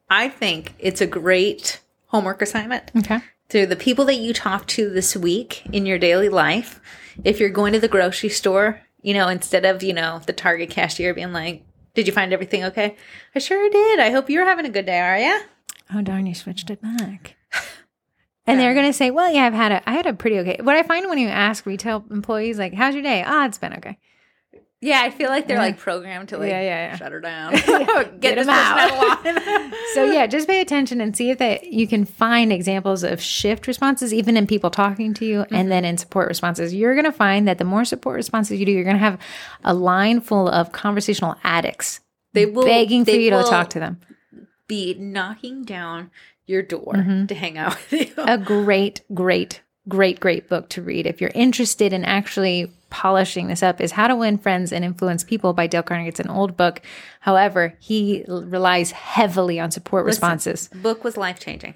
I think it's a great homework assignment Okay. to the people that you talk to this week in your daily life. If you're going to the grocery store, you know, instead of, you know, the Target cashier being like, did you find everything okay? I sure did. I hope you're having a good day, are ya? Oh darn, you switched it back. And they're gonna say, "Well, yeah, I've had a, I had a pretty okay." What I find when you ask retail employees, like, "How's your day?" Ah, it's been okay. Yeah, I feel like they're like programmed to like Yeah, yeah, yeah. shut her down. Get, get this 'em out. person alive. So yeah, just pay attention and see if that you can find examples of shift responses, even in people talking to you, and then in support responses. You're gonna find that the more support responses you do, you're gonna have a line full of conversational addicts they will begging for they you to will talk to them. be knocking down your door Mm-hmm. to hang out with you. a great, great, great, great book to read if you're interested in actually polishing this up is How to Win Friends and Influence People by Dale Carnegie. It's an old book. However, he l- relies heavily on support responses. book was life changing.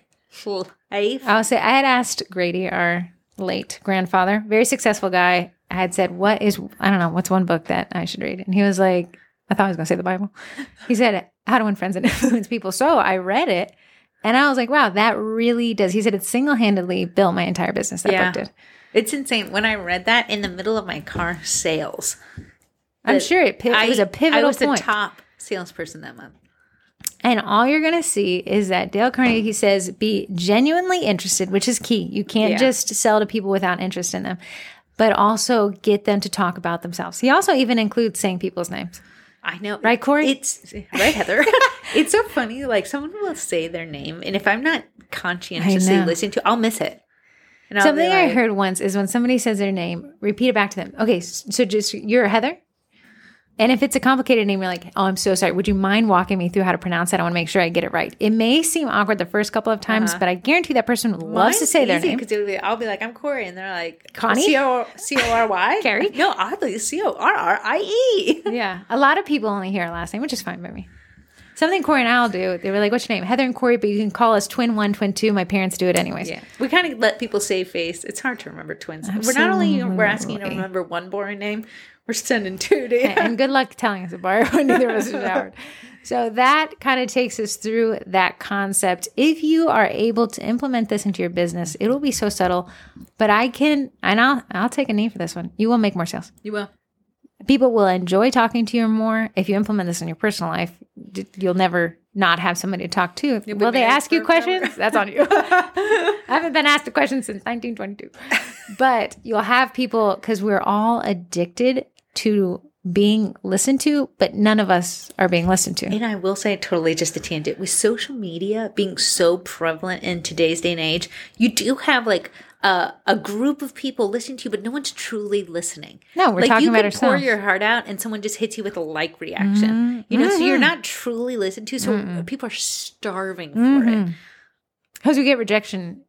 Life. I'll say Oh, I had asked Grady, our late grandfather, very successful guy, I had said, What is, I don't know, what's one book that I should read? And he was like, I thought I was going to say the Bible. He said, How to Win Friends and Influence People. So I read it and I was like, Wow, that really does. He said, It single handedly built my entire business. That Yeah. book did. It's insane. When I read that in the middle of my car sales, I'm sure it, pi- it was a pivotal I was point. the top salesperson that month. and all you're going to see is that Dale Carnegie says be genuinely interested, which is key. You can't Yeah. just sell to people without interest in them, but also get them to talk about themselves. He also even includes saying people's names. I know, Right, Corey? It's right, Heather. it's so funny. Like someone will say their name, and if I'm not conscientiously I know. listening to, I'll miss it. And I'll be Something I like, heard once is when somebody says their name, repeat it back to them. Okay, s- so just you're Heather? And if it's a complicated name, you're like, oh, I'm so sorry. Would you mind walking me through how to pronounce that? I want to make sure I get it right. It may seem awkward the first couple of times, but I guarantee that person loves to Uh-huh. Mine's say their easy name. 'cause it'll be- I'll be like, I'm Corey, and they're like, Connie? C O C O R Y, Carrie? No, oddly, C O R R I E. Yeah. A lot of people only hear our last name, which is fine by me. Something Corey and I'll do. They were like, what's your name? Heather and Corey, but you can call us twin one, twin two. My parents do it anyways. Yeah, we kind of let people say face. It's hard to remember twins. We're not only we're asking you to Absolutely. remember one boring name, we're sending two to you. and good luck telling us apart when neither of us are showered. So that kind of takes us through that concept. If you are able to implement this into your business, it will be so subtle. But I can, and I'll, I'll take a knee for this one. You will make more sales. You will. People will enjoy talking to you more if you implement this in your personal life. d- You'll never not have somebody to talk to. be will they married ask you for forever. questions? That's on you. I haven't been asked a question since 1922. but you'll have people because we're all addicted to being listened to, but none of us are being listened to. And I will say, totally just a tangent with social media being so prevalent in today's day and age, you do have like a, a group of people listening to you, but no one's truly listening. No, we're like talking you about can pour ourselves. your heart out, and someone just hits you with a like reaction. You know, so you're Mm-hmm. not truly listened to. So people are starving Mm-hmm. for it. Because we get rejection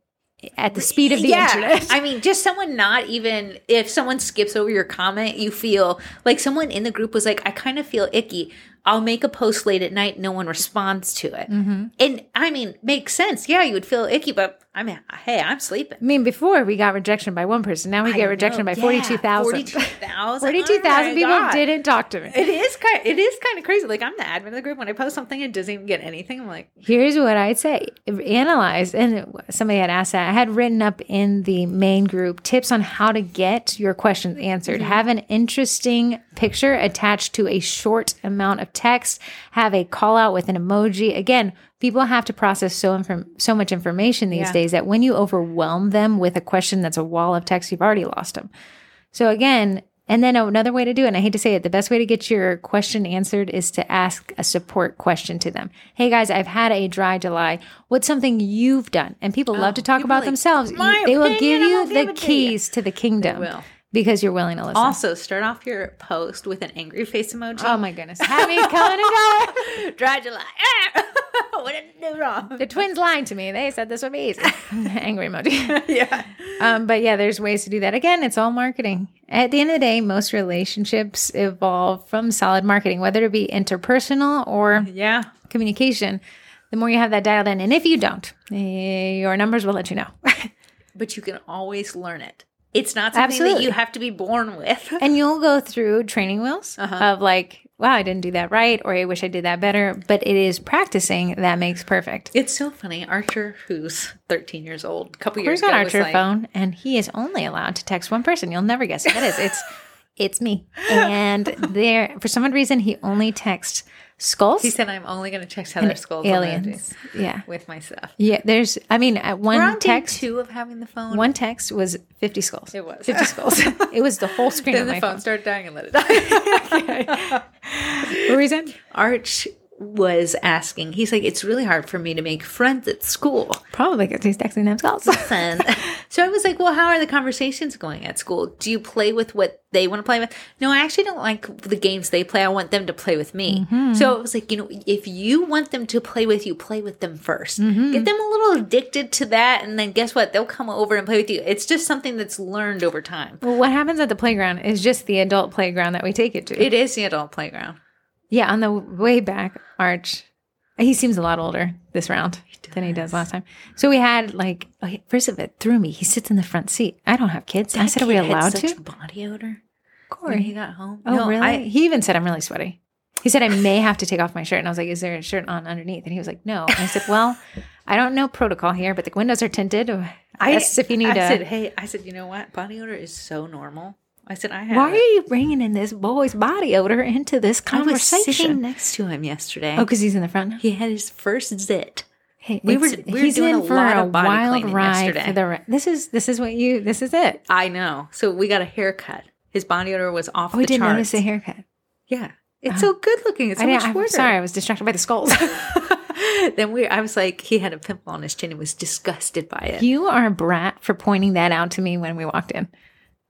at the speed of the internet. I mean, just someone not even if someone skips over your comment, you feel like someone in the group was like, I kind of feel icky. I'll make a post late at night, no one responds to it. Mm-hmm. And I mean, makes sense. Yeah, you would feel icky, but I mean, hey, I'm I sleeping. mean, before we got rejection by one person, now we get rejection by 42,000. 42,000 42,000 Oh my people God. didn't talk to me. It is kind. It is kind of crazy. Like I'm the admin of the group. When I post something, it doesn't even get anything. I'm like, Here's what I'd say analyze. And somebody had asked that. I had written up in the main group tips on how to get your questions answered. Have an interesting picture attached to a short amount of text. Have a call out with an emoji. Again, people have to process so inform- so much information these Yeah. days that when you overwhelm them with a question that's a wall of text, you've already lost them. So again, and then another way to do it, and I hate to say it, the best way to get your question answered is to ask a support question to them. Hey guys, I've had a dry July. What's something you've done? And people love to talk Oh, people about like, themselves. "My You- they will opinion, give I you won't give the it to you." keys to the kingdom will. because you're willing to listen. also start off your post with an angry face emoji. oh my goodness. Happy Cohen and Cohen. Dry July. what did I do wrong? The twins lied to me. They said this would be easy. Angry emoji. yeah. um, but yeah, there's ways to do that. Again, it's all marketing. At the end of the day, most relationships evolve from solid marketing, whether it be interpersonal or Yeah. communication, the more you have that dialed in. And if you don't, eh, your numbers will let you know. But you can always learn it. It's not something that Absolutely. you have to be born with. And you'll go through training wheels of like, wow, I didn't do that right, or I wish I did that better. But it is practicing that makes perfect. It's so funny. Archer, who's 13 years old, a couple Here's years got ago, Archer was like, phone, and he is only allowed to text one person. You'll never guess who that is. It's it's me. And there, for some odd reason, he only texts skulls he said, I'm only going to text and Heather Skulls aliens. Yeah, with my stuff. yeah. There's, I mean, at one We're on text, text two of having the phone. one text was fifty skulls. It was. fifty skulls. it was the whole screen then of the my phone, phone. started dying and let it die. What were you saying? Arch was asking, he's like, it's really hard for me to make friends at school. Probably because he's texting them skulls. And so I was like, well, how are the conversations going at school? Do you play with what they want to play with? No, I actually don't like the games they play. I want them to play with me. Mm-hmm. So it was like, you know, if you want them to play with you, play with them 1st Mm-hmm. Get them a little addicted to that. And then guess what? They'll come over and play with you. It's just something that's learned over time. Well, what happens at the playground is just the adult playground that we take it to. It is the adult playground. yeah, on the way back, Arch, he seems a lot older this round than he does last time. So we had like, okay, first of it threw me. He sits in the front seat. I don't have kids. I said, are we Kid had allowed such to? a Body odor. When he Corey. got home. Oh, No, really? I- he even said, I'm really sweaty. He said, I may have to take off my shirt. And I was like, is there a shirt on underneath? And he was like, no. And I said, well, I don't know protocol here, but the windows are tinted. I, guess if you need I to. said, hey, I said, you know what? Body odor is so normal. I said, I have. why are it." you bringing in this boy's body odor into this I was sitting conversation? next to him yesterday. Oh, because he's in the front. He had his first zit. Hey, We were- it's- we were doing a lot of body cleaning yesterday. For the, re- this is this is what you this is it. I know. So we got a haircut. His body odor was off Oh, we the didn't charts. notice a haircut. Yeah. It's so good looking. It's so I much didn't, I'm shorter. sorry, I was distracted by the skulls. then we I was like, he had a pimple on his chin and was disgusted by it. you are a brat for pointing that out to me when we walked in.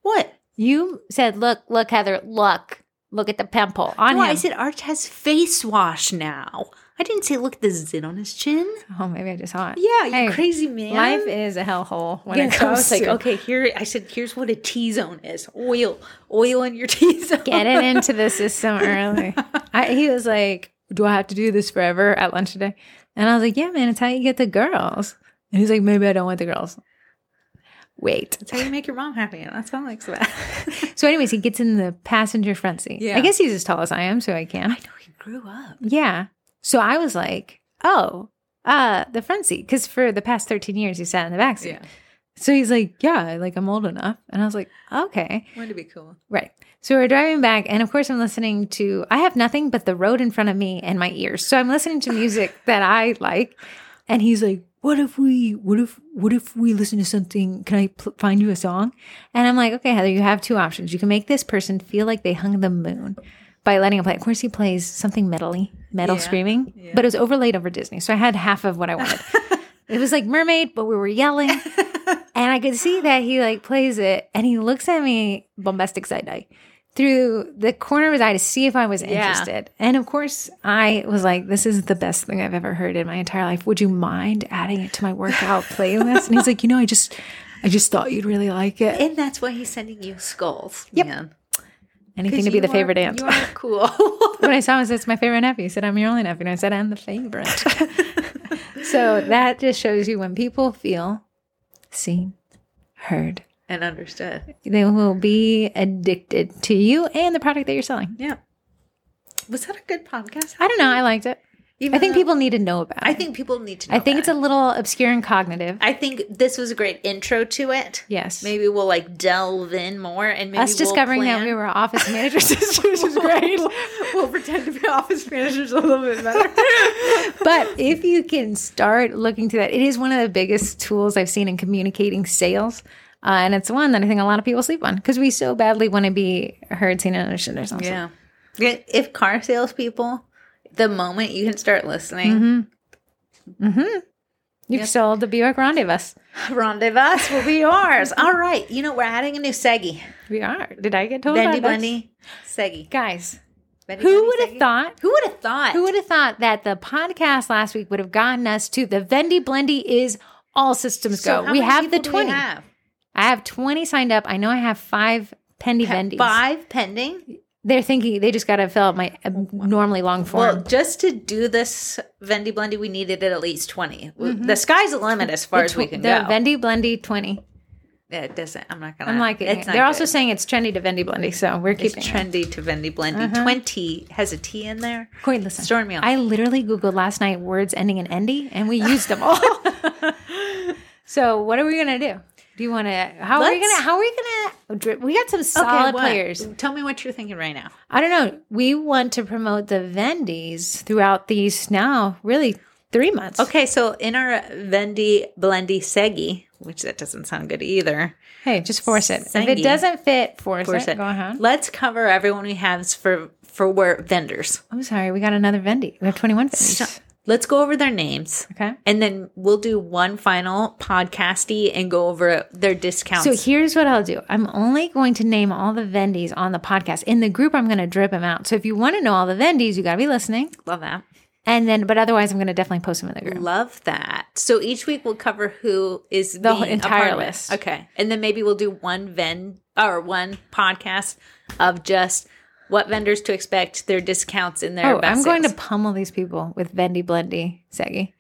what? You said, "Look, look, Heather, look, look at the pimple on No, I him." said Arch has face wash now. I didn't say look at the zit on his chin. oh, maybe I just saw it. Yeah, you Hey, crazy man. Life is a hellhole when Yeah, it so I comes was like, to okay, here I said, here's what a T zone is. Oil. Oil in your T zone. get it into the system early. I, he was like, "Do I have to do this forever?" At lunch today, and I was like, "Yeah, man, it's how you get the girls." And he's like, "Maybe I don't want the girls." Wait. That's how you make your mom happy, and that's how I like that. So, anyways, he gets in the passenger front seat. Yeah. I guess he's as tall as I am, so I can. know he grew up. Yeah. So I was like, "Oh, uh, the front seat," because for the past thirteen years he sat in the back seat. Yeah. So he's like, "Yeah, like I'm old enough," and I was like, "Okay." Wouldn't it be cool? Right. So we're driving back, and of course, I'm listening to, I have nothing but the road in front of me and my ears. So I'm listening to music that I like. And he's like, what if we, what if, what if we listen to something? Can I pl- find you a song? And I'm like, okay, Heather, you have two options. You can make this person feel like they hung the moon by letting him play. Of course, he plays something metally, metal Yeah. screaming, Yeah. but it was overlaid over Disney. So I had half of what I wanted. it was like Mermaid, but we were yelling. And I could see that he like plays it and he looks at me bombastic side eye through the corner of his eye to see if I was interested. And of course, I was like, this is the best thing I've ever heard in my entire life. Would you mind adding it to my workout playlist? And he's like, you know, I just I just thought you'd really like it. And that's why he's sending you skulls. Yep. man. Anything to be You the are- favorite aunt. You are cool. when I saw him, I said, it's my favorite nephew. He said, I'm your only nephew. And I said, I'm the favorite. so that just shows you when people feel seen, heard, and understood. they will be addicted to you and the product that you're selling. Yeah. Was that a good podcast? I don't know. I liked it. Even I think though- people need to know about it. I think people need to. Know I think it's that. a little obscure and cognitive. I think this was a great intro to it. yes. Maybe we'll like delve in more and maybe Us discovering that we were office manager sisters is great. we'll pretend to be office managers a little bit better. But if you can start looking to that, it is one of the biggest tools I've seen in communicating sales. Uh, and it's one that I think a lot of people sleep on because we so badly want to be heard, seen, and understood or something. yeah. If car salespeople, the moment you can start listening, You've sold the Buick Rendezvous. rendezvous will be yours. All right. You know, we're adding a new Seggy. We are. Did I get told Bendy about this? Bunny Seggy. Guys, Bendy who Bunny would have Seggy. thought Who would have thought? Who would have thought that the podcast last week would have gotten us to the Vendy Blendy is all systems So go. how We many have the people do we 20. have? I have 20 signed up. I know I have five Pendy Vendies. Five pending. They're thinking they just got to fill out my abnormally long form. Well, just to do this Vendy Blendy, we needed at least 20. The sky's the limit as far as we can Mm-hmm. the Vendy go. Blendy 20. It doesn't. I'm not gonna. I'm liking it's it. not They're also good. saying it's trendy to Vendy Blendy, so we're it's keeping it. trendy to Vendy Blendy. Twenty has a T in there. Corey, listen. Storm me out. Uh-huh. I literally Googled last night words ending in endy, and we used them all. so what are we gonna do? Do you want to? How are we Let's- gonna? How are we gonna? dri- We got some solid what? players. Tell me what you're thinking right now. I don't know. We want to promote the Vendies throughout these now, really three months. Okay, so in our Vendy Blendy Segi, which that doesn't sound good either. Hey, just force it. If Sangy. it doesn't fit, force, Force it. Go ahead. Let's cover everyone we have for for where vendors. I'm sorry. We got another Vendy. We have 21 Vendies. Let's go over their names. Okay. And then we'll do one final podcasty and go over their discounts. So here's what I'll do. I'm only going to name all the Vendies on the podcast. In the group, I'm going to drip them out. So if you want to know all the Vendies, you got to be listening. love that. And then, but otherwise, I'm going to definitely post them in the group. Love that. So each week we'll cover who is The whole being a entire part of it. list. Okay. And then maybe we'll do one ven or one podcast of just what vendors to expect, their discounts and their Oh, best I'm going to sales. pummel these people with Vendy, Blendy, Seggy.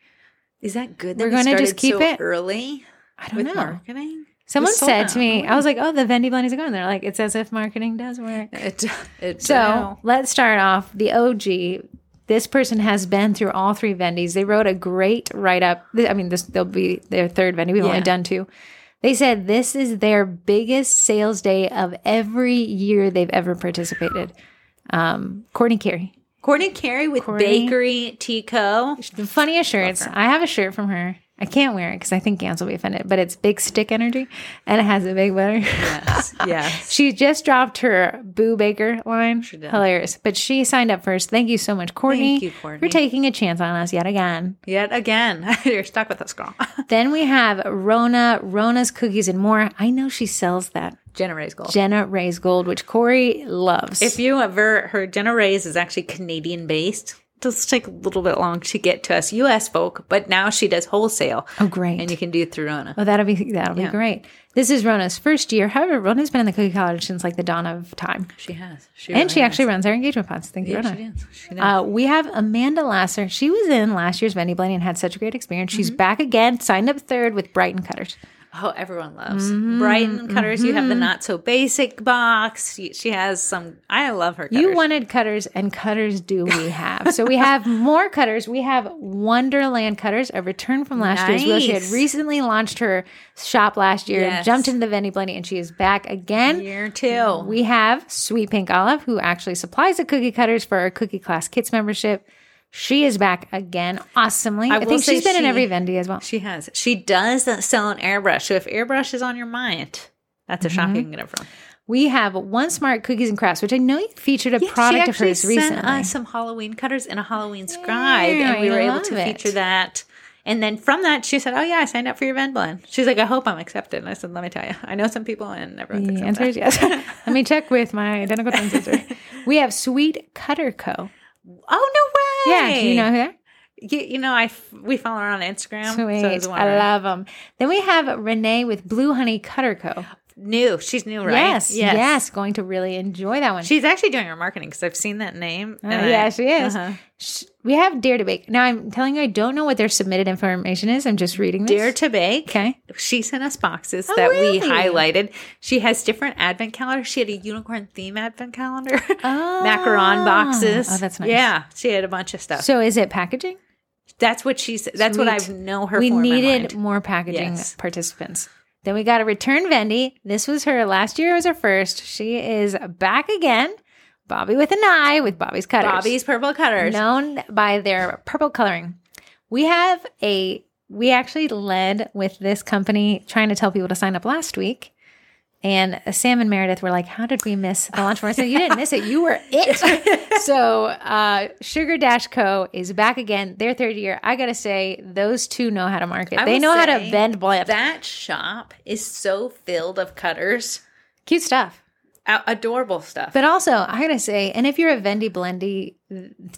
Is that good? that We're we gonna just started keep so it? early I don't with know. marketing. Someone We sold said out. to me, I was like, oh, the Vendy, Blendies are going. They're like, it's as if marketing does work. It, it, So so let's start off the OG. This person has been through all three Vendies. They wrote a great write up. I mean, this they'll be their third Vendy. We've only Yeah. done two. They said this is their biggest sales day of every year they've ever participated. Um, Courtney Carey, Courtney Carey with Courtney- Bakery Tico. the funniest shirts. I have a shirt from her. I can't wear it because I think Gans will be offended. But it's big stick energy, and it has a big butter. Yes. yes. She just dropped her Boo Baker line. did. Hilarious. But she signed up first. Thank you so much, Courtney. you, For Courtney. taking a chance on us yet again. Yet again, you're stuck with us, girl. then we have Rona, Rona's Cookies and More. I know she sells that. Jenna Ray's goal. Jenna Ray's Gold, which Corey loves. If you ever heard, Jenna Ray's is actually Canadian based. Does take a little bit long to get to us U.S. folk, but now she does wholesale, oh, great. and you can do it through Rona. Oh, that'll be that'll be great. This is Rona's first year. However, Rona's been in the cookie college since like the dawn of time, She has, she and she actually runs our engagement pods. Thank you, Rona. she does. She does. Uh, we have Amanda Lasser. She was in last year's Vendy Blaney and had such a great experience. She's Mm-hmm. back again, signed up third with Brighton Cutters. oh, everyone loves Brighton cutters. You have the not so basic box. She, she has some. I love her. Cutters. You wanted cutters, and cutters do we have? so we have more cutters. We have Wonderland Cutters, a return from last year's wheel. She had Nice. recently launched her shop last year, Yes. jumped into the Vendy Blendy, and she is back again. year two? We have Sweet Pink Olive, who actually supplies the cookie cutters for our Cookie Class Kits membership. She is back again, awesomely. I, will think say she's been in she- every Vendy as well. She has. She does sell an airbrush. So if airbrush is on your mind, that's a shop you can get it from. We have One Smart Cookies and Crafts, which I know you featured a product of hers recently. sent us some Halloween cutters and a Halloween scribe, Yeah, and we I were able love to it. feature that. And then from that, she said, "Oh yeah, I signed up for your Venn blend." She's like, "I hope I'm accepted." And I said, "Let me tell you, I know some people, and everyone's The accepted." answer is yes. Let me check with my identical twin sister. We have Sweet Cutter Co. Oh no way! Yeah, do you know who they're? you, you know, I f- we follow her on Instagram. so I was Sweet, I wondering. love them. Then we have Renee with Blue Honey Cutter Co. new. She's new, right? Yes, yes, going to really enjoy that one. She's actually doing her marketing because I've seen that name. Uh, and I- yeah, she is. Uh-huh. Sh- We have Dare to Bake. Now I'm telling you, I don't know what their submitted information is. I'm just reading this. Dare to bake. Okay. She sent us boxes Oh, that really? we highlighted. She has different advent calendars. She had a unicorn theme advent calendar, macaron boxes. Ah. Oh, that's nice. Yeah, she had a bunch of stuff. So is it packaging? that's what she. s- That's what I Sweet. know her. we for in my needed mind. more packaging Yes. participants. Then we got a return Vendy. This was her last year was her first. She is back again. Bobby with an eye with Bobby's cutters. Bobby's purple cutters. known by their purple coloring. We have a we actually led with this company trying to tell people to sign up last week. And Sam and Meredith were like, "How did we miss the launch?" I said, "You didn't miss it. You were it." so uh, Sugar Dash Co is back again. Their third year. I gotta say, those two know how to market. I they will know how to say bend bland. That shop is so filled of cutters, Cute stuff. A- adorable stuff. But also, I gotta say, and if you're a Vendy Blendy,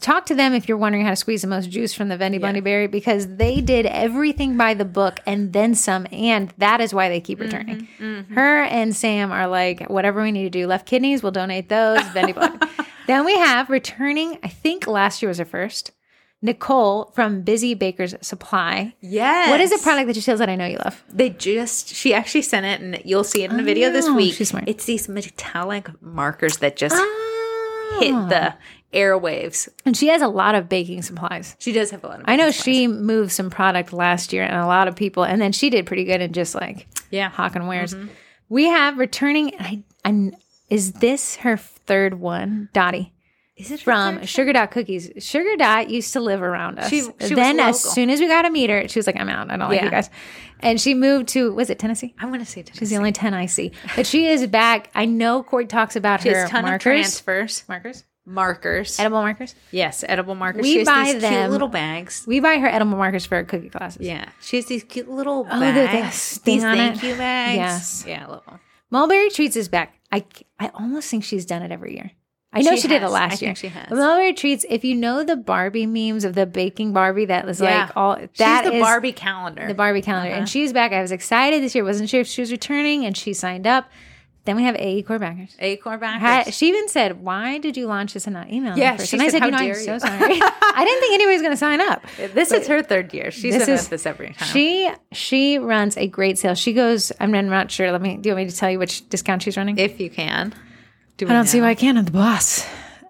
talk to them if you're wondering how to squeeze the most juice from the Vendy Blendy berry because they did everything by the book and then some, and that is why they keep returning. Her and Sam are like, whatever we need to do, left kidneys, we'll donate those. Vendy Blendy. then we have returning. I think last year was her first. Nicole from Busy Bakers Supply. Yes. What is a product that she sells that I know you love? They just she actually sent it, and you'll see it in a video this Oh, week. she's smart. It's these metallic markers that just hit Ah. the airwaves. And she has a lot of baking supplies. She does have a lot of. I know she moved some product last year and a lot of people, and then she did pretty good in just like Yeah. Mm-hmm. Hawk and Wares. We have returning. I, I'm, is this her third one, Dottie? Is it From Sugar Dot Cookies. Sugar Dot used to live around us. She- she was then, as local. soon as we got to meet her, she was like, I'm out. I don't like Yeah. you guys. And she moved to, was it Tennessee? I'm gonna say it. She's the only 10 I see. But she is back. I know Corey talks about She her has a ton of markers. transfers markers? markers. Edible markers? yes, edible markers. We she has buy these them. cute little bags. We buy her edible markers for her cookie classes. Yeah, she has these cute little Oh, they're the bags. thing These on thank it. you bags. Yes. Yeah, I love them. Mulberry Treats is back. I, I almost think she's done it every year. I know she, She did it has. last I think year. she has. Mulberry Treats, if you know the Barbie memes of the baking Barbie that was Yeah. like all that That is is the Uh-huh. Barbie calendar. the Barbie calendar. And she's back. I was excited this year. Wasn't sure if she was returning and she signed up. Then we have AE Core Backers. acorn backers. Had- she even said, "Why did you launch this and not email?" me Yeah, first?" she and I said, said, "How "You know, I'm dare so you." sorry. I didn't think anybody was going to sign up." This is her third year. She's This done is- this every time. She she runs a great sale. She goes. I'm not sure. Let me. Do you want me to tell you which discount she's running? if you can. Do I we don't know? see why I can't. I'm the boss.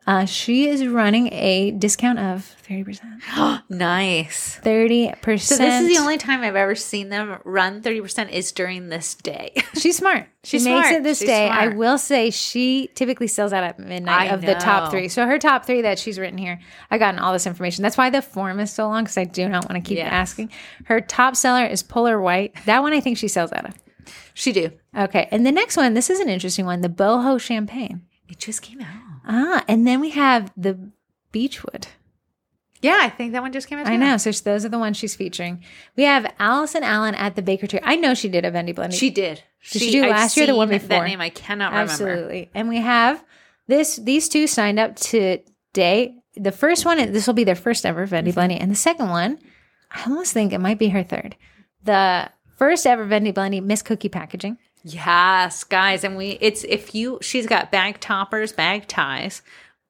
Uh, she is running a discount of thirty percent. Nice. Thirty percent. So this is the only time I've ever seen them run 30% is during this day. She's smart. She She's makes smart. it this She's day. I smart. will say she typically sells out at midnight I of the top know. three. So her top three that she's written here, I've gotten all this information. That's why the form is so long because I do not want to keep Yes. asking. Her top seller is Polar White. That one I think she sells out of. she do. Okay. And the next one, this is an interesting one, the Boho Champagne. It just came out. Ah, and then we have the Beechwood. Yeah, I think that one just came out. I too. know. So those are the ones she's featuring. We have Allison Allen at the Baker Tree. I know she did a Vendy Blendy. She did. Did she do last year or the one seen before? That name I cannot remember. Absolutely. And we have this these two signed up today. The first one, this will be their first ever Vendy Blendy. And the second one, I almost think it might be her third. The first ever Vendy Blendy Miss Cookie Packaging. Yes, guys, and we it's if you she's got bag toppers, bag ties,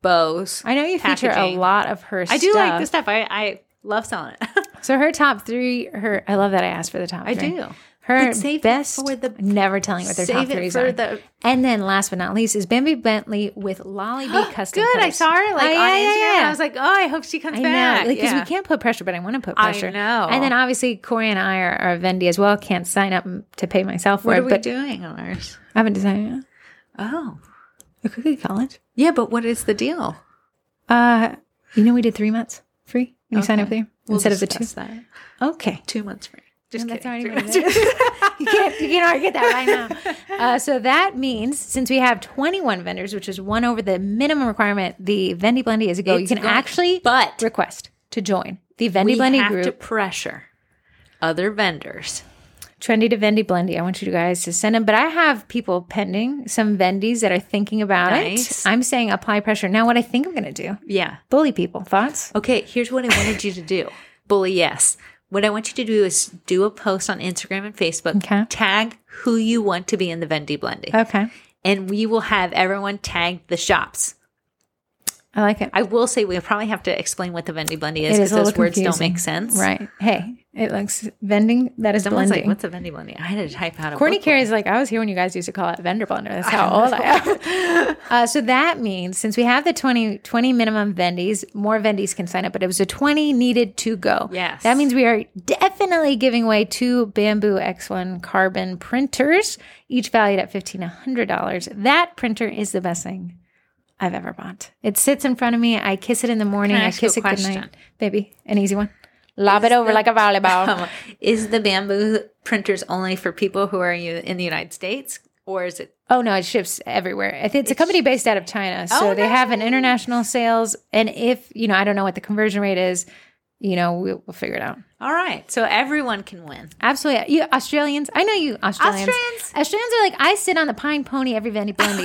bows. I know you feature a Packaging. lot of her I do like stuff. this stuff. I I love selling it. So her top three, her I love that I asked for the top I three. do. Her But save it best for the- never telling what their Save top it threes for are. the- and then last but not least is Bambi Bentley with Lolly Bee custom. Good. I Colors. saw her like Oh, on yeah, yeah, Instagram. And yeah. I was like, oh, I hope she comes I back. know, because Yeah. we can't put pressure, but I want to put I pressure. know. And then obviously Corey and I are, are Vendy as well. Can't sign up m- to pay myself for What it, are we but doing on ours? I haven't decided yet. Oh, A cookie college. yeah, but what is the deal? Uh, you know, we did three months free when you sign up there instead of the two. discuss that. Okay. Two months free. Just No, that's kidding. already Three months free. you can't you can't argue that right now. Uh, so that means since we have 21 vendors, which is one over the minimum requirement, the Vendy Blendy is a go. you It's can going- actually but- request to join the Vendy we Blendy have to group. pressure other vendors. Trendy to Vendy Blendy. I want you guys to send them. But I have people pending some Vendies that are thinking about Nice. it. I'm saying apply pressure. Now, what I think I'm going to do Yeah. bully people. Thoughts? Okay. Here's what I wanted you to do. Bully. Yes. What I want you to do is do a post on Instagram and Facebook. Okay. Tag who you want to be in the Vendy Blendy, Okay. and we will have everyone tag the shops. I like it. I will say we probably have to explain what the Vendy Blendy is It is because a little those words don't confusing. make sense. right. Hey, it looks vending. That is Someone's blending. like, "What's a Vendy Blendy?" I had to type out a Courtney booklet. Carey's like, I was here when you guys used to call it vendor blender. That's how old I am. uh, so that means since we have the 20, 20 minimum vendies, more vendies can sign up, but it was a 20 needed to go. Yes. That means we are definitely giving away two Bamboo X1 carbon printers, each valued at $1,500. That printer is the best thing I've ever bought. It sits in front of me. I kiss it in the morning. I, ask you a kiss it good night. question? Baby, an easy one. Lob it over like a volleyball. Um, is the bamboo printers only for people who are u- in the United States, or is it? Oh no, it ships everywhere. I think It's a company based out of China, so Oh, they have an international sales. And if you know, I don't know what the conversion rate is. You know, we, we'll figure it out. All right, so everyone can win. Absolutely, you Australians. I know you Australians. Australians. Australians are like I sit on the pine pony every Vandy Blendy.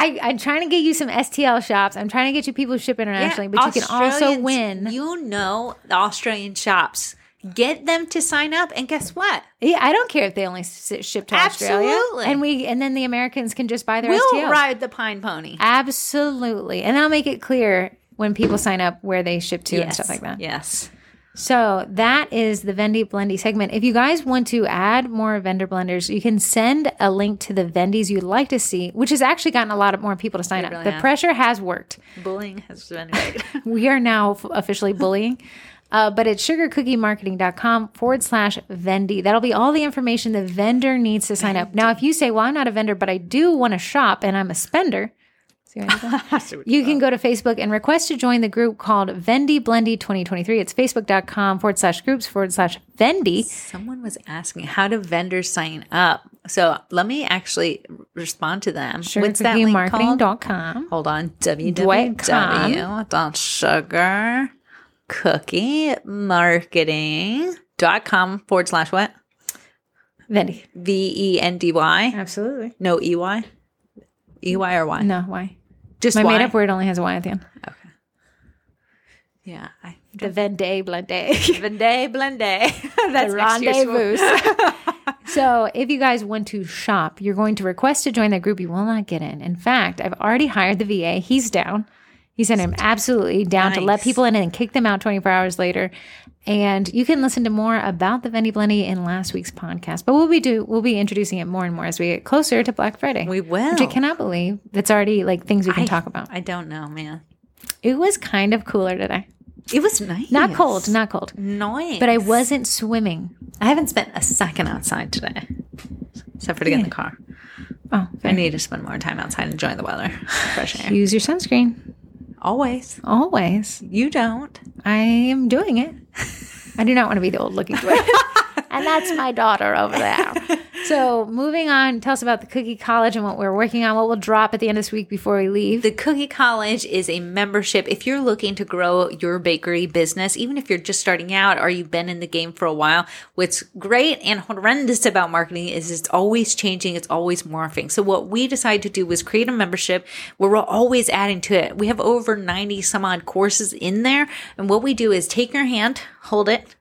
I, I'm trying to get you some STL shops. I'm trying to get you people who ship internationally, but you can also Australians, win. You know the Australian shops. Get them to sign up, and guess what? yeah, I don't care if they only s- ship to Absolutely. Australia, and we and then the Americans can just buy their We'll STL. ride the pine pony. Absolutely. And I'll make it clear when people sign up where they ship to and Yes. stuff like that. Yes. So that is the Vendy Blendy segment. If you guys want to add more vendor blenders, you can send a link to the Vendies you'd like to see, which has actually gotten a lot of more people to sign up. really the has. pressure has worked. Bullying has been made. We are now f- officially bullying. Uh, but it's sugarcookiemarketing.com forward slash Vendy. That'll be all the information the vendor needs to sign up. Now, if you say, well, I'm not a vendor, but I do want to shop and I'm a spender. See what I did there? You Uh, can go to Facebook and request to join the group called Vendy Blendy 2023. It's facebook.com forward slash groups forward slash Vendy. Someone was asking, how do vendors sign up? So let me actually respond to them. What's that link called? Marketing.com. Hold on. com. www.sugarcookiemarketing.com forward slash what? Vendy. V E N D Y. Absolutely. No E Y. E Y or Y? No, why? Just My y. made up word only has a Y at the end. Yeah. I, The Venday Blenday. Venday blende. That's next year's rendezvous. word. so if you guys want to shop, you're going to request to join the group. You will not get in. In fact, I've already hired the VA. He's down. He said I'm absolutely down to let Nice. people in and kick them out 24 hours later. And you can listen to more about the Vendy Blendy in last week's podcast. But we'll be do we'll be introducing it more and more as we get closer to Black Friday. We will. Which I cannot believe that's already like things we can talk about. I don't know, man. It was kind of cooler today. It was nice. Not cold, not cold. Annoying. But I wasn't swimming. I haven't spent a second outside today, except for to get in the car. Oh, I need to spend more time outside enjoying the weather, fresh air. use your sunscreen. Always. Always. You don't. I am doing it. I do not want to be the old looking twin. and that's my daughter over there. So, moving on, tell us about the Cookie College and what we're working on, what will drop at the end of this week before we leave. The Cookie College is a membership. If you're looking to grow your bakery business, even if you're just starting out or you've been in the game for a while, what's great and horrendous about marketing is it's always changing, it's always morphing. So, what we decided to do was create a membership where we're always adding to it. We have over 90 some odd courses in there. And what we do is take your hand, hold it,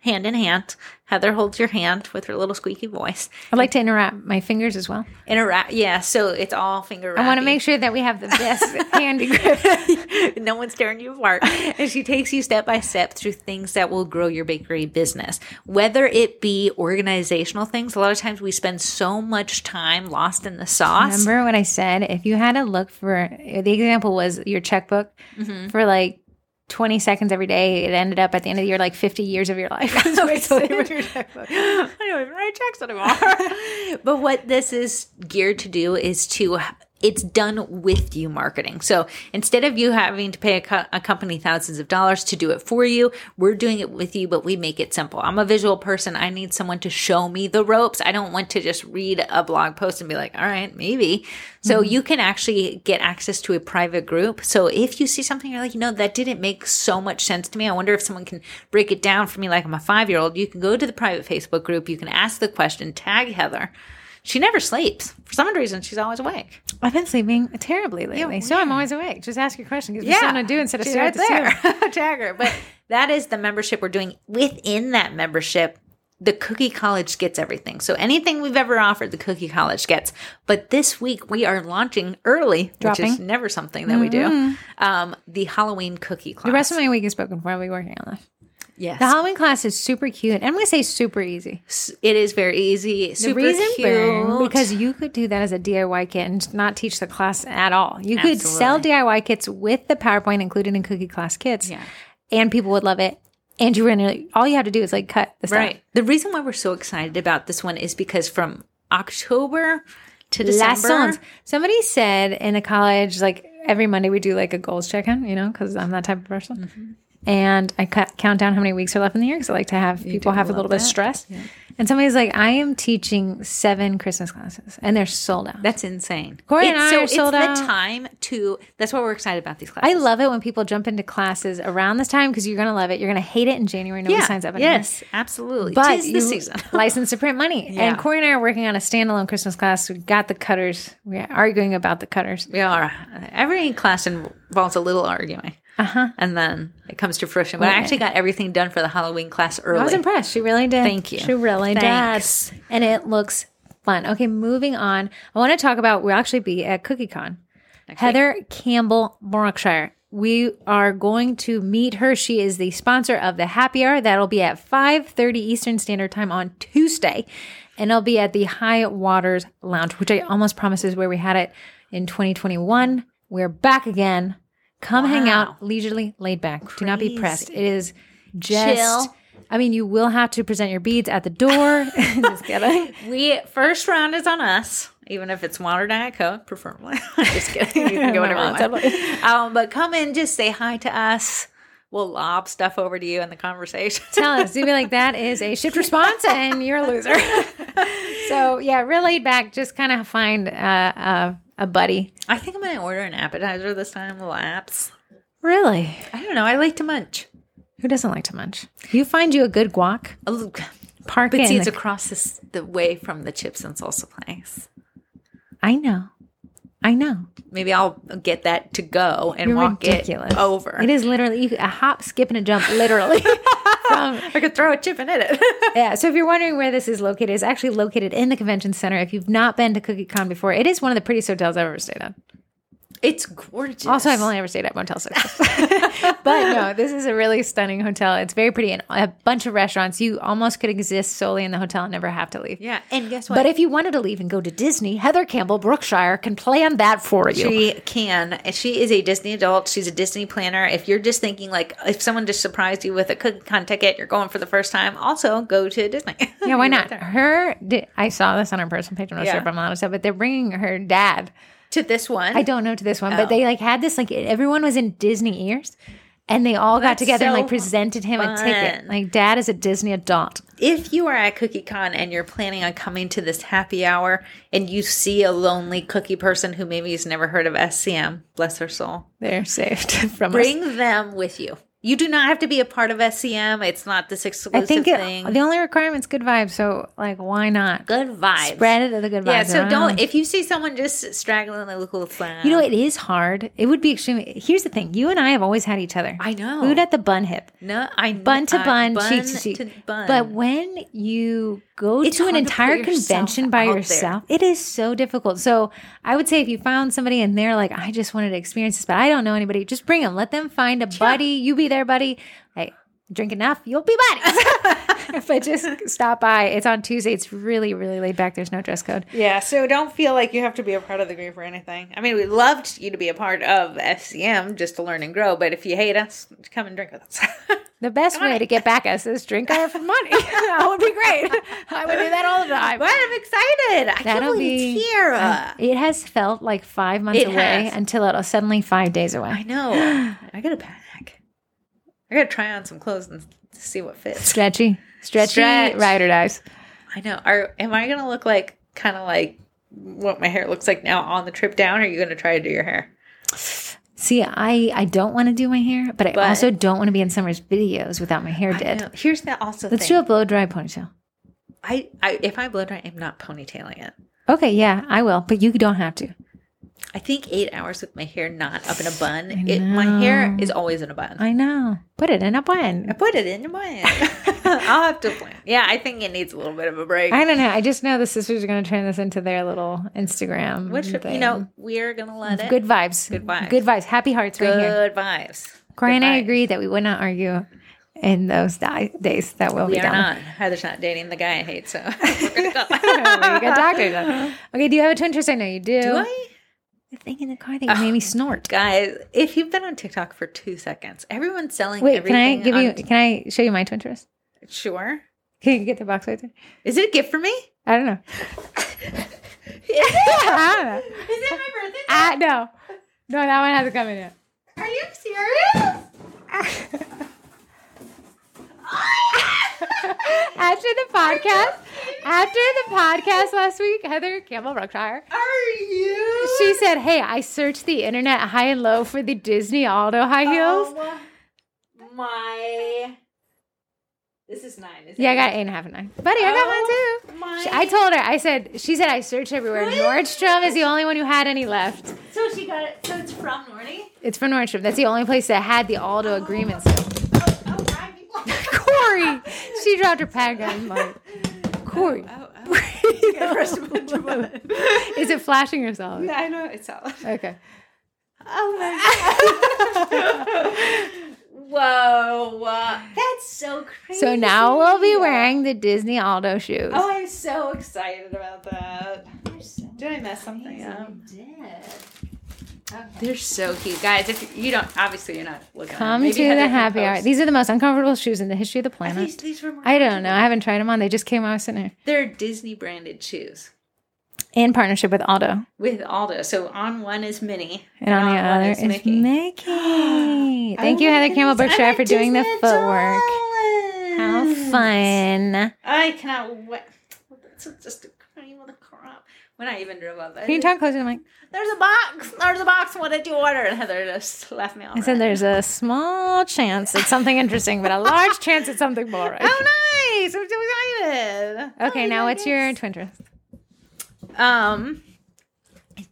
hand in hand. Heather holds your hand with her little squeaky voice. I'd like to interrupt my fingers as well. Interact. Yeah, so it's all finger I want to wrappy. make sure that we have the best handy grip. no one's tearing you apart. And she takes you step by step through things that will grow your bakery business, whether it be organizational things. A lot of times we spend so much time lost in the sauce. Remember what I said? If you had to look for the example was your checkbook for like 20 seconds every day, it ended up at the end of the year like 50 years of your life. That's what it said. I don't even write checks anymore. but what this is geared to do is to it's done with you marketing. So instead of you having to pay a, co- a company thousands of dollars to do it for you, we're doing it with you, but we make it simple. I'm a visual person. I need someone to show me the ropes. I don't want to just read a blog post and be like, all right, maybe. So you can actually get access to a private group. So if you see something you're like, you know, that didn't make so much sense to me. I wonder if someone can break it down for me like I'm a five year old. You can go to the private Facebook group. You can ask the question, tag Heather. She never sleeps. For some reason, she's always awake. I've been sleeping terribly lately, so I'm always awake. Just ask your question because there's something to do instead of She's stare at the ceiling. tag her. But that is the membership we're doing. Within that membership, the Cookie College gets everything. So anything we've ever offered, the Cookie College gets. But this week we are launching early, which is Dropping. Mm-hmm. never something that we do. Um, the Halloween Cookie Class. The rest of my week is spoken for. I'll be working on that. yes, The Halloween class is super cute. and I'm going to say super easy. it is very easy. The Super reason cute. being, because you could do that as a DIY kit and not teach the class at all. You could sell Absolutely. DIY kits with the PowerPoint included in Cookie Class kits, Yeah. and people would love it. And you were gonna all you have to do is like cut the stuff. Right. The reason why we're so excited about this one is because from October to Last December, songs. Somebody said in the college, like every Monday we do like a goals check in, you know, because I'm that type of person. Mm-hmm. And I cut, count down how many weeks are left in the year because I like to have people do have a love little bit of that. stress. And somebody's like, I am teaching seven Christmas classes and they're sold out. That's insane. Corey It's- and I so are sold it's out. the time to. That's why we're excited about these classes. I love it when people jump into classes around this time because you're going to love it. You're going to hate it in January. Nobody signs up. anymore. Yes, absolutely. But Tis you the season. license to print money. Yeah. And Corey and I are working on a standalone Christmas class. We got the cutters. We're arguing about the cutters. We are. Every class involves a little arguing. Uh-huh. And then it comes to fruition. But I actually got everything done for the Halloween class early. I was impressed. She really did. Thank you. She really Thanks. did. And it looks fun. Okay, moving on. I want to talk about we'll actually be at CookieCon. Heather Campbell Brookshire we are going to meet her. She is the sponsor of the Happy Hour. That'll be at 5:30 Eastern Standard Time on Tuesday, and it'll be at the High Waters Lounge, which I almost promise is where we had it in 2021. We're back again. Come hang Wow. out, leisurely, laid back. Do not be pressed. It is just. Chill. I mean, you will have to present your beads at the door. just kidding. We first round is on us, even if it's water diet coke, preferably. just kidding, you can go whatever. My you want. Um, but come in, just say hi to us. We'll lob stuff over to you in the conversation. Tell us. You'd be like, that is a shift response, and you're a loser. so yeah, real laid back. Just kind of find uh, uh, a buddy. I think I'm gonna order an appetizer this time. Little apps. Really. I don't know. I like to munch. Who doesn't like to munch? You find you a good guac, A little- park But it. see, in it's the- across this, the way from the chips and salsa place. I know, I know. Maybe I'll get that to go and You're walk ridiculous. it over. It is literally you, could- a hop, skip, and a jump, literally. from, I could throw a chip and hit it. yeah. So if you're wondering where this is located, it's actually located in the convention center. If you've not been to Cookie Con before, it is one of the prettiest hotels I've ever stayed at. it's gorgeous. Also, I've only ever stayed at Motel Six. but no, this is a really stunning hotel. It's very pretty and a bunch of restaurants. You almost could exist solely in the hotel and never have to leave. yeah. And guess what? But if you wanted to leave and go to Disney, Heather Campbell Brookshire can plan that for you. She can. She is a Disney adult. She's a Disney planner. If you're just thinking like, if someone just surprised you with a cookie con ticket, you're going for the first time. Also, go to Disney. Yeah, why not? Her, di- I saw this on her personal page. I'm not Yeah. sure if I'm allowed to say, but they're bringing her dad. to this one. I don't know to this one, Oh. but they like had this like everyone was in Disney ears, and they all got together and so like presented him a ticket. fun. Like dad is a Disney adult. If you are at Cookie Con and you're planning on coming to this happy hour, and you see a lonely cookie person who maybe has never heard of SCM, bless her soul, They're saved from us. bring them with you. You do not have to be a part of SCM. It's not this exclusive I think it, thing. the only requirement's good vibes. So like, why not good vibes. spread it to the good vibes? yeah. So around. don't. If you see someone just straggling the little flag, You know, it is hard. It would be extremely. Here's the thing: you and I have always had each other. I know. Food at the bun hip. No, I bun to I- bun, cheek to cheek. Uh, bun. But when you go It's to an hard to put entire yourself convention by out there. yourself, it is so difficult. So I would say if you found somebody and they're like, I just wanted to experience this, but I don't know anybody, just bring them. Let them find a buddy. You be their buddy. Hey, drink enough, you'll be buddies. but just stop by. It's on Tuesday. It's really, really laid back. There's no dress code. yeah, so don't feel like you have to be a part of the group or anything. I mean, we'd love to- you to be a part of FCM just to learn and grow. But if you hate us, come and drink with us. The best way to get back at us is drink our money. that would be great. I would do that all the time. but I'm excited. I can't That'll believe be it's here. I- it has felt like five months It away has. until it'll suddenly five days I away. know. I gotta pack. I gotta try on some clothes and see what fits. Stretchy, stretchy, Stretch. ride or dies. I know. Are am I gonna look like kind of like what my hair looks like now on the trip down? Or are you gonna try to do your hair? See, I I don't want to do my hair, but I But- also don't want to be in Summer's videos without my hair I did. know. Here's the also Let's thing. do a blow dry ponytail. I, I if I blow dry, I'm not ponytailing it. Okay, yeah, I will, but you don't have to. I think eight hours with my hair not up in a bun. I It, my hair know. is always in a bun. I, I know. Put it in a bun. put it in a bun. I'll have to plan. Yeah, I think it needs a little bit of a break. I don't know. I just know the sisters are going to turn this into their little Instagram. Which you thing. know we're gonna let it. good vibes. Good vibes. Good vibes. Happy hearts right here. Good vibes. Corey and I Good vibes. agree that we would not argue in those di- days that will We be are done. not. Heather's not dating the guy I hate, so we're gonna go. We're good doctors. Okay, do you have a twin twist? I know you do. Do I? The thing in the car that you made me snort. Guys, if you've been on TikTok for two seconds, everyone's selling Wait, can I everything. give you? on- Can I show you my twin twist? Sure. Can you get the box right there? Is it a gift for me? I don't know. Is it I don't know. my birthday? I, no, no, that one hasn't come in yet. Are you serious? After the podcast, after the podcast last week, Heather Campbell Brookshire Are you? She said, "Hey, I searched the internet high and low for the Disney Aldo high heels. Oh, my. This is nine. Is Yeah, I got eight and a half and nine. Buddy, I got Oh one too. my- She- I told her. I said. She said I searched everywhere. Nordstrom is the only one who had any left. It? So she got it. So it's from Norty. It's from Nordstrom. That's the only place that had the Aldo agreements. Oh, oh, right. Corey, she dropped her pad gun. Like, Corey, oh, oh. You got a bunch of money. is it flashing or solid? I know it's solid. Okay. Oh my god. Whoa. uh, That's so crazy. So now we'll be wearing the Disney Aldo shoes. Oh, I'm so excited about that. Did I mess something up? They're so cute, guys. If you don't, obviously you're not looking. at them. Come Maybe to Heather the can happy hour. post. These are the most uncomfortable shoes in the history of the Are planet. these, these were more- I don't know. I haven't tried them on. They just came out sitting here They're Disney branded shoes in partnership with Aldo, with Aldo. So on one is Minnie, and on the other is Mickey. Thank Oh you, my Heather Campbell goodness, Berkshire, I'm for at doing the Disney footwork. How Dallas. fun! I cannot wait. It's just a cream of the crop. When I even drove up, Can you talk closer to the mic? There's a box. There's a box. What did you order? And Heather just left me. All I said there's a small chance it's something interesting, but a large chance it's something boring. Oh, nice! I'm so excited. Okay, Oh, now my what's your twin interest? um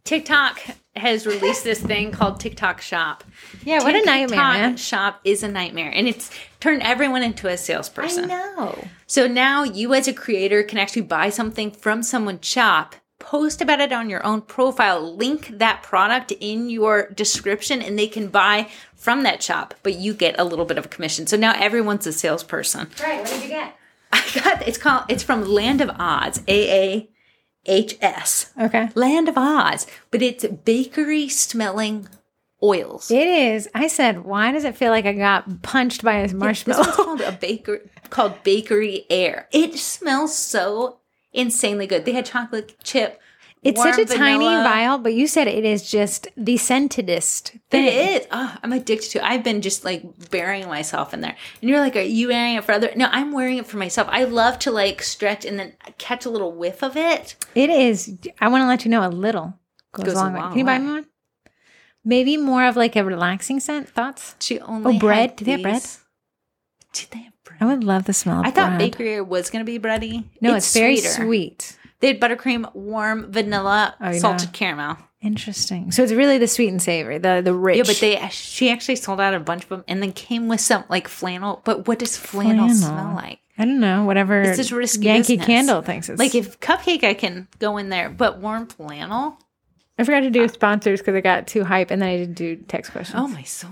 TikTok has released this thing called TikTok Shop. Yeah, what a nightmare, man. Shop is a nightmare, and it's turned everyone into a salesperson. know. So now you, as a creator, can actually buy something from someone's shop, post about it on your own profile, link that product in your description, and they can buy from that shop. But you get a little bit of a commission. So now everyone's a salesperson. Right, what did you get? I got it's called it's from Land of Odds, A A H S. Okay. Land of Oz, but it's bakery smelling oils. It is. I said, why does it feel like I got punched by a This marshmallow? one's called a baker called Bakery Air. It smells so insanely good. They had chocolate chip. it's such warm a tiny vanilla. vial, but you said it is just the scentedest thing. It is. Oh, I'm addicted to it. I've been just like burying myself in there. And you're like, are you wearing it for other? No, I'm wearing it for myself. I love to like stretch and then catch a little whiff of it. It is. I want to let you know a little goes, Goes a a long way. long Can you buy way. me one? Maybe more of like a relaxing scent. Thoughts? She only Oh, bread. had Do they have bread? these- Did they have bread? I would love the smell. Of I thought bread. Bakery Air was going to be bready. No, it's, very sweeter. sweet. They had buttercream, warm vanilla, Oh, yeah. salted caramel. Interesting. So it's really the sweet and savory, the the rich. Yeah, but they she actually sold out a bunch of them and then came with some like flannel. But what does flannel, Flannel. smell like? I don't know. Whatever. This is risky Yankee business. Candle thinks it's Like if cupcake, I can go in there, but warm flannel. I forgot to do sponsors because I got too hype and then I didn't do text questions. Oh my soul!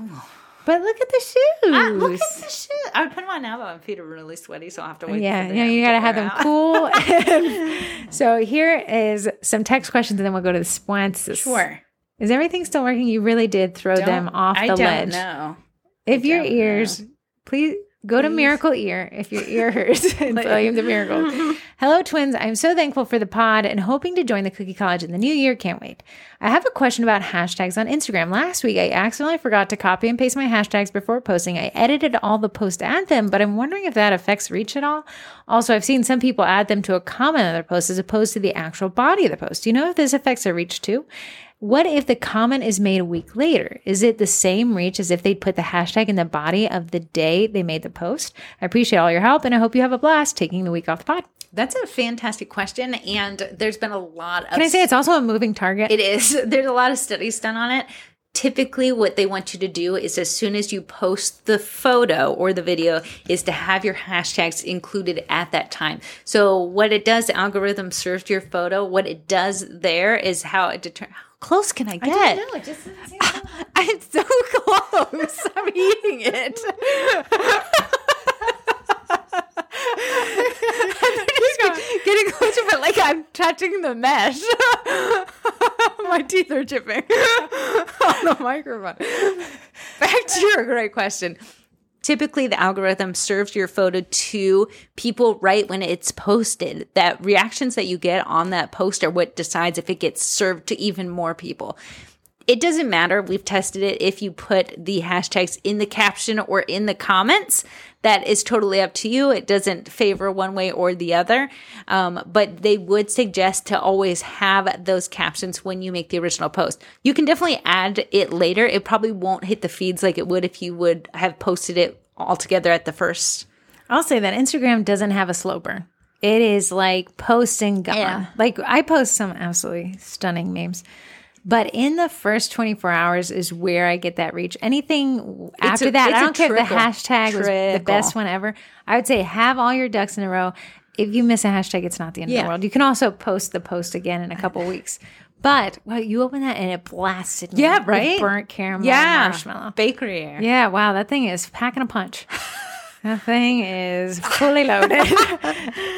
But look at the shoes. Ah, look at the shit. I would put them on now, but my feet are really sweaty, so I will have to wait. yeah, for yeah, you to gotta have air them out. cool. so here is some text questions, and then we'll go to the sponsors. Sure. Is everything still working? You really did throw them Don't- off I the don't ledge. know. If your don't ears, please go to Please. Miracle Ear if your ear hurts. and William the Miracle. Hello, twins. I'm so thankful for the pod and hoping to join the Cookie College in the new year. Can't wait. I have a question about hashtags on Instagram. Last week, I accidentally forgot to copy and paste my hashtags before posting. I edited all the posts to add them, but I'm wondering if that affects reach at all. Also, I've seen some people add them to a comment on their post as opposed to the actual body of the post. Do you know if this affects their reach too? What if the comment is made a week later? Is it the same reach as if they'd put the hashtag in the body of the day they made the post? I appreciate all your help and I hope you have a blast taking the week off the pod. That's a fantastic question, and there's been a lot of Can I say it's also a moving target? It is. There's a lot of studies done on it. Typically, what they want you to do is as soon as you post the photo or the video, is to have your hashtags included at that time. So, what it does, the algorithm serves your photo. What it does there is how it determines how close can I get? it just I'm so close. I'm eating it. I'm just getting closer, but like I'm touching the mesh. My teeth are chipping on the microphone. Back to your great question. Typically, the algorithm serves your photo to people right when it's posted. That reactions that you get on that post are what decides if it gets served to even more people it doesn't matter. We've tested it. If you put the hashtags in the caption or in the comments, that is totally up to you. It doesn't favor one way or the other. Um, but they would suggest to always have those captions when you make the original post. You can definitely add it later. It probably won't hit the feeds like it would if you would have posted it all together at the first. uh, I'll say that Instagram doesn't have a slow burn. It is like post and gone. Yeah. Like I post some absolutely stunning memes. But in the first 24 hours is where I get that reach. Anything after a- that, it's I a don't care if the trickle. hashtag was the Trickle. best one ever. I would say have all your ducks in a row. If you miss a hashtag, it's not the end of Yeah. the world. You can also post the post again in a couple weeks. But well, you open that and it blasted me. Yeah, with right? burnt caramel marshmallow. Bakery air. Yeah, wow, that thing is packing a punch. that thing is fully loaded.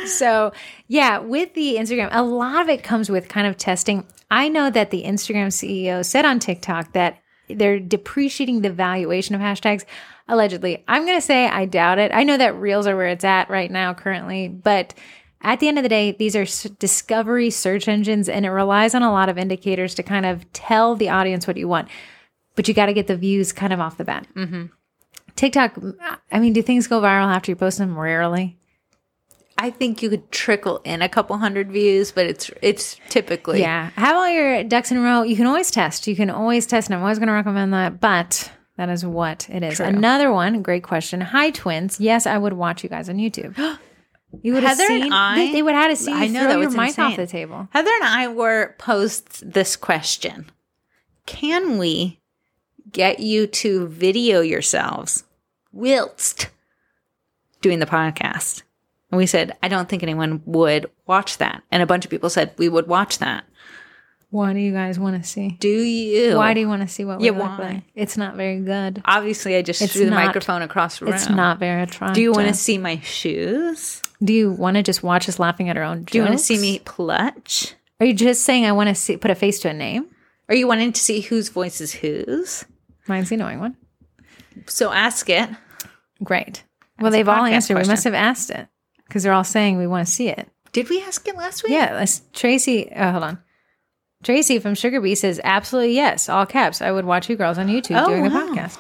so, yeah, with the Instagram, a lot of it comes with kind of testing. I know that the Instagram CEO said on TikTok that they're depreciating the valuation of hashtags allegedly. I'm going to say I doubt it. I know that Reels are where it's at right now currently, but at the end of the day, these are s- discovery search engines and it relies on a lot of indicators to kind of tell the audience what you want. But you got to get the views kind of off the bat. TikTok, I mean, do things go viral after you post them? Rarely. I think you could trickle in a couple hundred views, but it's it's typically Yeah. Have all your ducks in a row. You can always test. You can always test. And I'm always going to recommend that. But that is what it is. Another one. Great question. Hi, twins. Yes, I would watch you guys on YouTube. You would have Heather and seen. I- they, they would have had to see you I know throw that your was mic off insane. the table. Heather and I were posed this question. Can we get you to video yourselves whilst doing the podcast? And we said, I don't think anyone would watch that. And a bunch of people said we would watch that. Why do you guys want to see? Do you? Why do you want to see what we Yeah, look why? like? It's not very good. Obviously, I just It's threw the not- microphone across the room. It's not very attractive. Do you want to see my shoes? Do you want to just watch us laughing at our own jokes? Do you want to see me clutch? Are you just saying I want to see put a face to a name? Are you wanting to see whose voice is whose? Mine's the annoying one. So ask it. Great. Well, they've all podcast answered. We question. must have asked it because they're all saying we want to see it. Did we ask it last week? Yeah. Let's, Tracy, oh, hold on. Tracy from Sugar Bee says, absolutely yes, all caps. I would watch you girls on YouTube Oh, during the wow. podcast.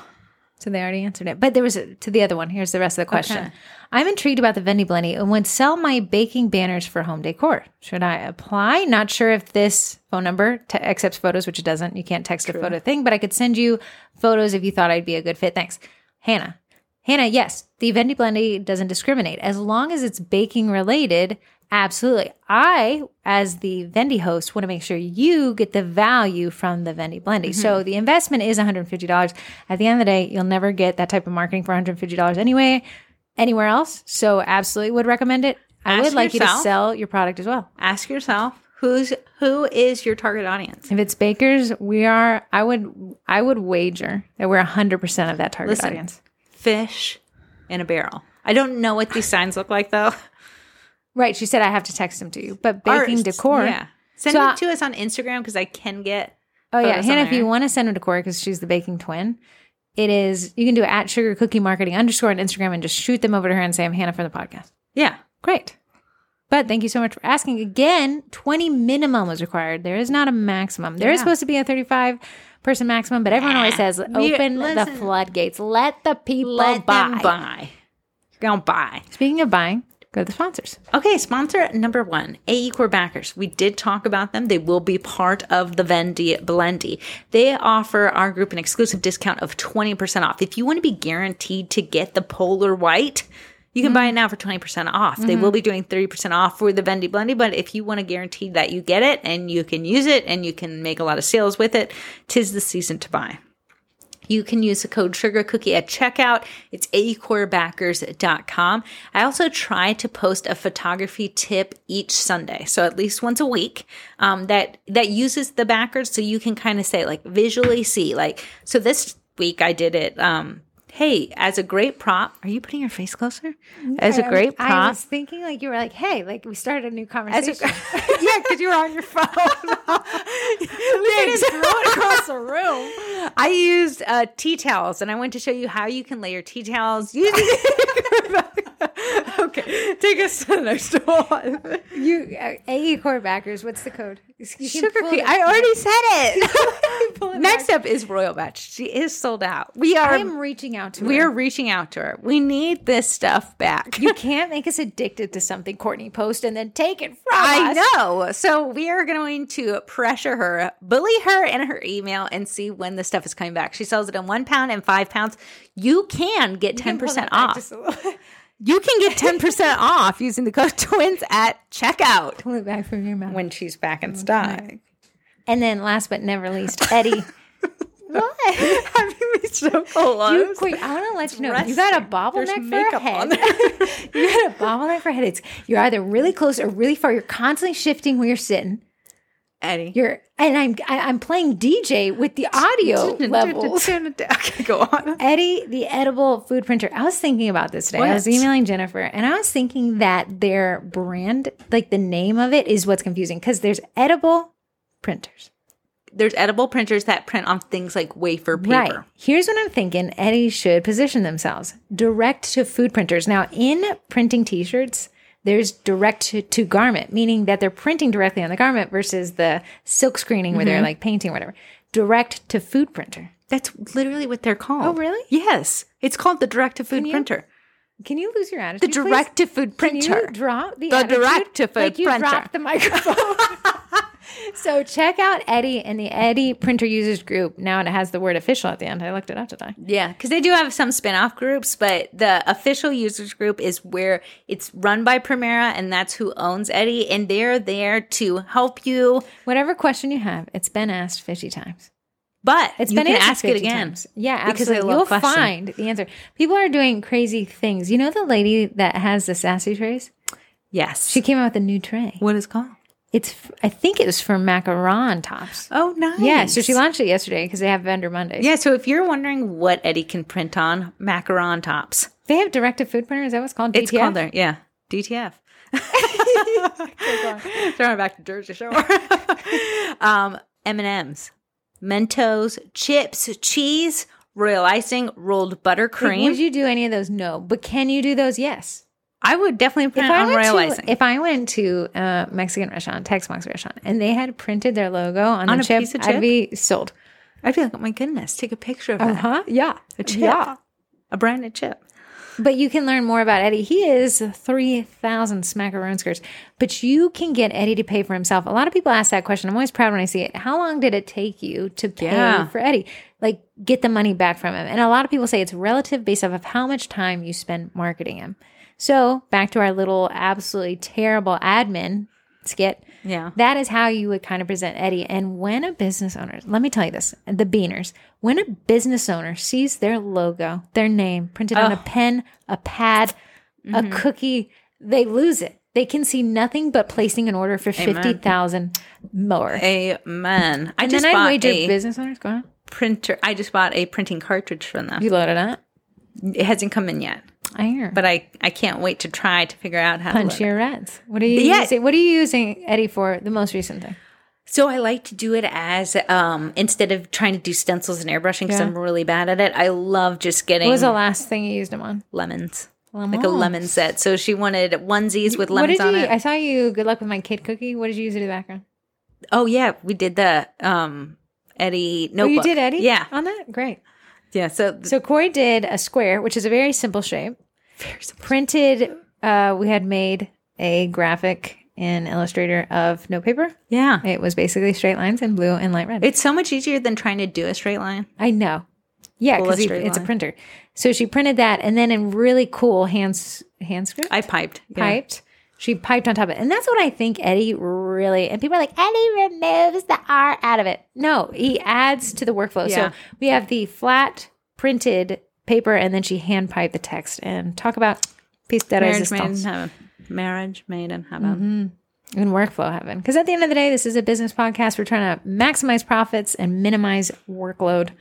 So they already answered it. But there was a, to the other one. Here's the rest of the question. Okay. I'm intrigued about the Vendy Blenny and would sell my baking banners for home decor. Should I apply? Not sure if this phone number te- accepts photos, which it doesn't. You can't text a photo thing, but I could send you photos if you thought I'd be a good fit. Thanks. Hannah. Hannah, yes, the Vendy Blendy doesn't discriminate. As long as it's baking related, absolutely. I, as the Vendy host, want to make sure you get the value from the Vendy Blendy. Mm-hmm. So the investment is $150. At the end of the day, you'll never get that type of marketing for $150 anyway, anywhere else. So absolutely would recommend it. I Ask would like you to yourself. sell your product as well. Ask yourself who's who is your target audience. If it's bakers, we are I would I would wager that we're 100% of that target Listen. audience. Fish in a barrel. I don't know what these signs look like though. Right, she said I have to text them to you. But baking Artists, decor. Yeah. Send So I- it to us on Instagram because I can get. Oh yeah, photos on Hannah. If there. you want to send them to Corey because she's the baking twin, it is you can do it at Sugar Cookie Marketing underscore on Instagram and just shoot them over to her and say I'm Hannah from the podcast. Yeah. Great. But thank you so much for asking. Again, 20 minimum was required. There is not a maximum. There is Yeah. supposed to be a 35 person maximum, but everyone always says We- open the listen. floodgates. Let the people Let buy. them buy. Go buy. Speaking of buying, go to the sponsors. Okay, sponsor number one, AE Core Backers. We did talk about them. They will be part of the Vendy Blendy. They offer our group an exclusive discount of 20% off. If you want to be guaranteed to get the Polar White, you can buy it now for 20% off. They will be doing 30% off for the Vendy Blendy, but if you want to guarantee that you get it and you can use it and you can make a lot of sales with it, tis the season to buy. You can use the code SugarCookie at checkout. It's E acorbackers.com. I also try to post a photography tip each Sunday, so at least once a week, um, that that uses the backers, so you can kind of say like visually see like. So this week I did it. Um, hey, as a great prop, are you putting your face closer? As a great prop, Mm-hmm. I was thinking like you were like, hey, like we started a new conversation. yeah, because you were on your phone. Thanks. across the room. I used uh, tea towels, and I want to show you how you can lay your tea towels. Using- okay, take us to the next one. You uh, AE core backers. What's the code? Sugar cookie. I already said it. next up is Royal Batch. She is sold out. We are. am reaching out to. we her. are reaching out to her. We need this stuff back. You can't make us addicted to something Courtney post and then take it from I us. know. So we are going to pressure her, bully her in her email, and see when the stuff is coming back. She sells it in one pound and five pounds. You can get ten percent off. you can get ten percent off using the code twins at checkout Oh Pull it back from your mouth. when she's back in stock. And then, last but never least, Eddie. what? Having me so close. You, Courtney, I want to let you know you got a resting. There's bobbleneck for a makeup head. on you got a bobbleneck for a head. It's you're either really close or really far. You're constantly shifting where you're sitting. Eddie. You're and I'm I, I'm playing DJ with the audio levels. Okay, go on. Eddie, the edible food printer. I was thinking about this today. I was What? emailing Jennifer and I was thinking that their brand, like the name of it, is what's confusing because there's edible printers. There's edible printers that print on things like wafer paper. Right. Here's what I'm thinking Eddie should position themselves direct to food printers. Now, in printing t shirts, there's direct to, to garment, meaning that they're printing directly on the garment versus the silk screening where Mm-hmm. they're like painting or whatever. Direct to food printer. That's literally what they're called. Oh, really? Yes. It's called the direct to food printer. Can you lose your attitude? The please? direct to food Can you printer. drop the, The attitude? direct-to-food like you printer. dropped the microphone. so check out Eddie and the Eddie Printer Users Group now, and it has the word official at the end. I looked it up today. Yeah, because they do have some spin-off groups, but the official users group is where it's run by Primera, and that's who owns Eddie, and they're there to help you. Whatever question you have, it's been asked 50 times. But It's you been can answered ask it 50 again. times. Yeah, Because I absolutely. love You'll questions. find the answer. People are doing crazy things. You know the lady that has the sassy trays? Yes. She came out with a new tray. what is it called? It's f- I think it was for macaron tops. Oh, nice. Yeah, so she launched it yesterday because they have vendor Mondays. Yeah, so if you're wondering what Eddie can print on, macaron tops. They have directed food printer. Is that what's called? It's DTF? called there. Yeah. DTF. Throwing it back to Jersey Shore. um, M&M's, Mentos, chips, cheese, royal icing, rolled Like, buttercream. Would you do any of those? No. But can you do those? Yes. I would definitely print I on went royal to- icing. if I went to a Mexican restaurant, Tex-Mex restaurant, and they had printed their logo on, On the a chip, piece of I'd chip? be sold. I'd be like, oh my goodness, take a picture of that. huh. Yeah. A chip. Yeah. A branded chip. But you can learn more about Eddie. He is 3,000 smackaroon skirts, but you can get Eddie to pay for himself. A lot of people ask that question. I'm always proud when I see it. How long did it take you to pay Yeah. for Eddie? Like, get the money back from him. And a lot of people say it's relative based off of how much time you spend marketing him. So, back to our little absolutely terrible admin skit. Yeah. That is how you would kind of present Eddie. And when a business owner, let me tell you this, the beaners, when a business owner sees their logo, their name printed on a pen, a pad, Mm-hmm. a cookie, they lose it. They can see nothing but placing an order for 50,000 more. Amen. I and just then I bought wager a business owners, go on. printer. I just bought a printing cartridge from them. You loaded up. It hasn't come in yet, I hear. but I, I can't wait to try to figure out how to Punch load it. your reds. What are you Yeah. using? What are you using Eddie for? The most recent thing. So I like to do it as um instead of trying to do stencils and airbrushing because Yeah. I'm really bad at it. I love just getting What was the last thing you used him on? lemons. Like a lemon set. So she wanted onesies with What lemons did on you? it. I saw you. Good luck with my kid cookie. What did you use in the background? oh yeah, we did the um Eddie notebook. Oh, you did Eddie? Yeah. On that? Great. Yeah. So So Corey did a square, which is a very simple shape. Printed, uh, we had made a graphic in Illustrator of notepaper. yeah. It was basically straight lines in blue and light red. It's so much easier than trying to do a straight line. I know. Yeah, Pull a because straight it's a line. printer. So she printed that and then in really cool hands handscript I piped. Yeah. piped. She piped on top of it. And that's what I think Eddie really, and people are like, Eddie removes the R out of it. No, he adds to the workflow. Yeah. So we have the flat printed paper, and then she hand piped the text and talk about piece de Marriage made in resistance heaven. Marriage made in heaven. Mm-hmm. in workflow heaven. Because at the end of the day, this is a business podcast. We're trying to maximize profits and minimize workload.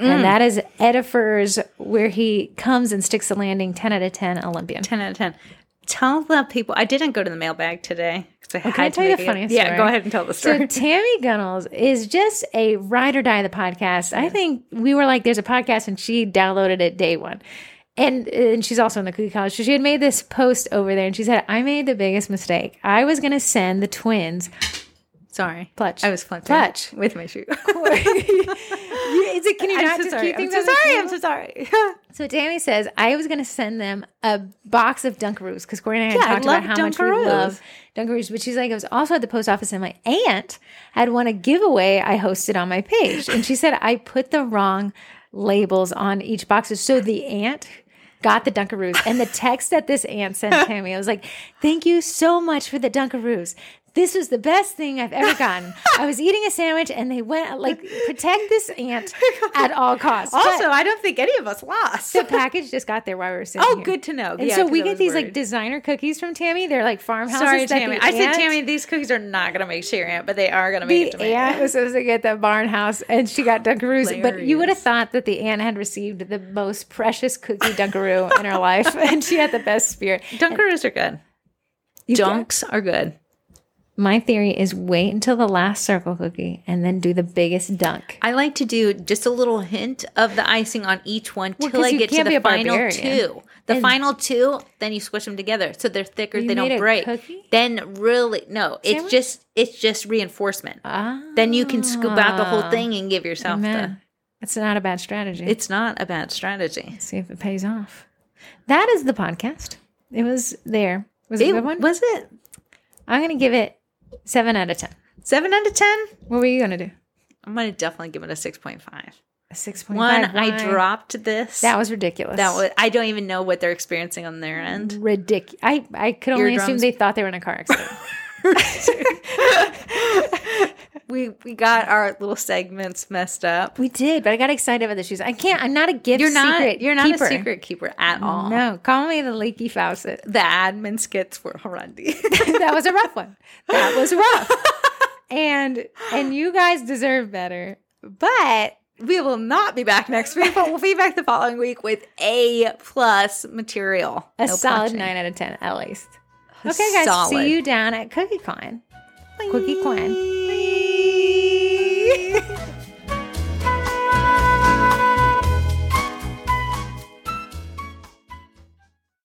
Mm. And that is Edifer's, where he comes and sticks the landing 10 out of 10 Olympian. 10 out of 10. Tell the people. I didn't go to the mailbag today because I had Oh, I to tell you make the it- funniest Yeah, story? go ahead and tell the story. So Tammy Gunnels is just a ride or die of the podcast. I think we were like, there's a podcast, and she downloaded it day one. And, and she's also in the Cookie College. So she had made this post over there and she said, I made the biggest mistake. I was going to send the twins. Sorry. Clutch. I was clutching. Clutch. With my shoe. Is it, can you not I'm so just sorry. keep I'm things so on the sorry. table? I'm so sorry. So Tammy says, I was going to send them a box of Dunkaroos because Corey and I had Yeah, I talked love about how much we Dunkaroos. love Dunkaroos. But she's like, I was also at the post office and my aunt had won a giveaway I hosted on my page. And she said, I put the wrong labels on each box. So the aunt got the Dunkaroos. And the text that this aunt sent Tammy, I was like, thank you so much for the Dunkaroos. this was the best thing I've ever gotten. I was eating a sandwich and they went like protect this ant at all costs. But Also, I don't think any of us lost. the package just got there while we were sitting. Oh, here. good to know. And Yeah, so 'cause we I get was these like worried. designer cookies from Tammy. They're like farmhouses. Sorry, that the Tammy. I said, ant- Tammy, these cookies are not going to make sure aunt, but they are going to make it The to my aunt was supposed to get the barn house and she got Dunkaroos. But you would have Hilarious. thought that the aunt had received the most precious cookie Dunkaroo in her life and she had the best spirit. Dunkaroos are good. Dunks are good. My theory is wait until the last circle cookie and then do the biggest dunk. I like to do just a little hint of the icing on each one till 'cause I you get to can't be a the final barbarian. two. The final two, then you squish them together so they're thicker, You they made don't a break. cookie? Then really no, Sandwich? it's just it's just reinforcement. Ah, then you can scoop out the whole thing and give yourself the man. That's not a bad strategy. It's not a bad strategy. see if it pays off. That is the podcast. It was there. Was it, a good one? Was it I'm going to give it 7 out of 10. seven out of ten? What were you going to do? I'm gonna definitely give it a six point five. A 6.5. One, Why? I dropped this. That was ridiculous. that was I don't even know what they're experiencing on their end. ridiculous. I, I could only assume Eardrums. they thought they were in a car accident. Mm-hmm. We we got our little segments messed up. we did, but I got excited about the shoes. I can't. I'm not a gift You're not secret you're not keeper. a secret keeper at all. No, call me the leaky faucet. The admin skits were horrendous. that was a rough one. That was rough. and and you guys deserve better. but we will not be back next week, but we'll be back the following week with A plus material. A No solid punching. nine out of ten, at least. A Okay, guys. solid. See you down at Cookie Con. Cookie Con. Bye.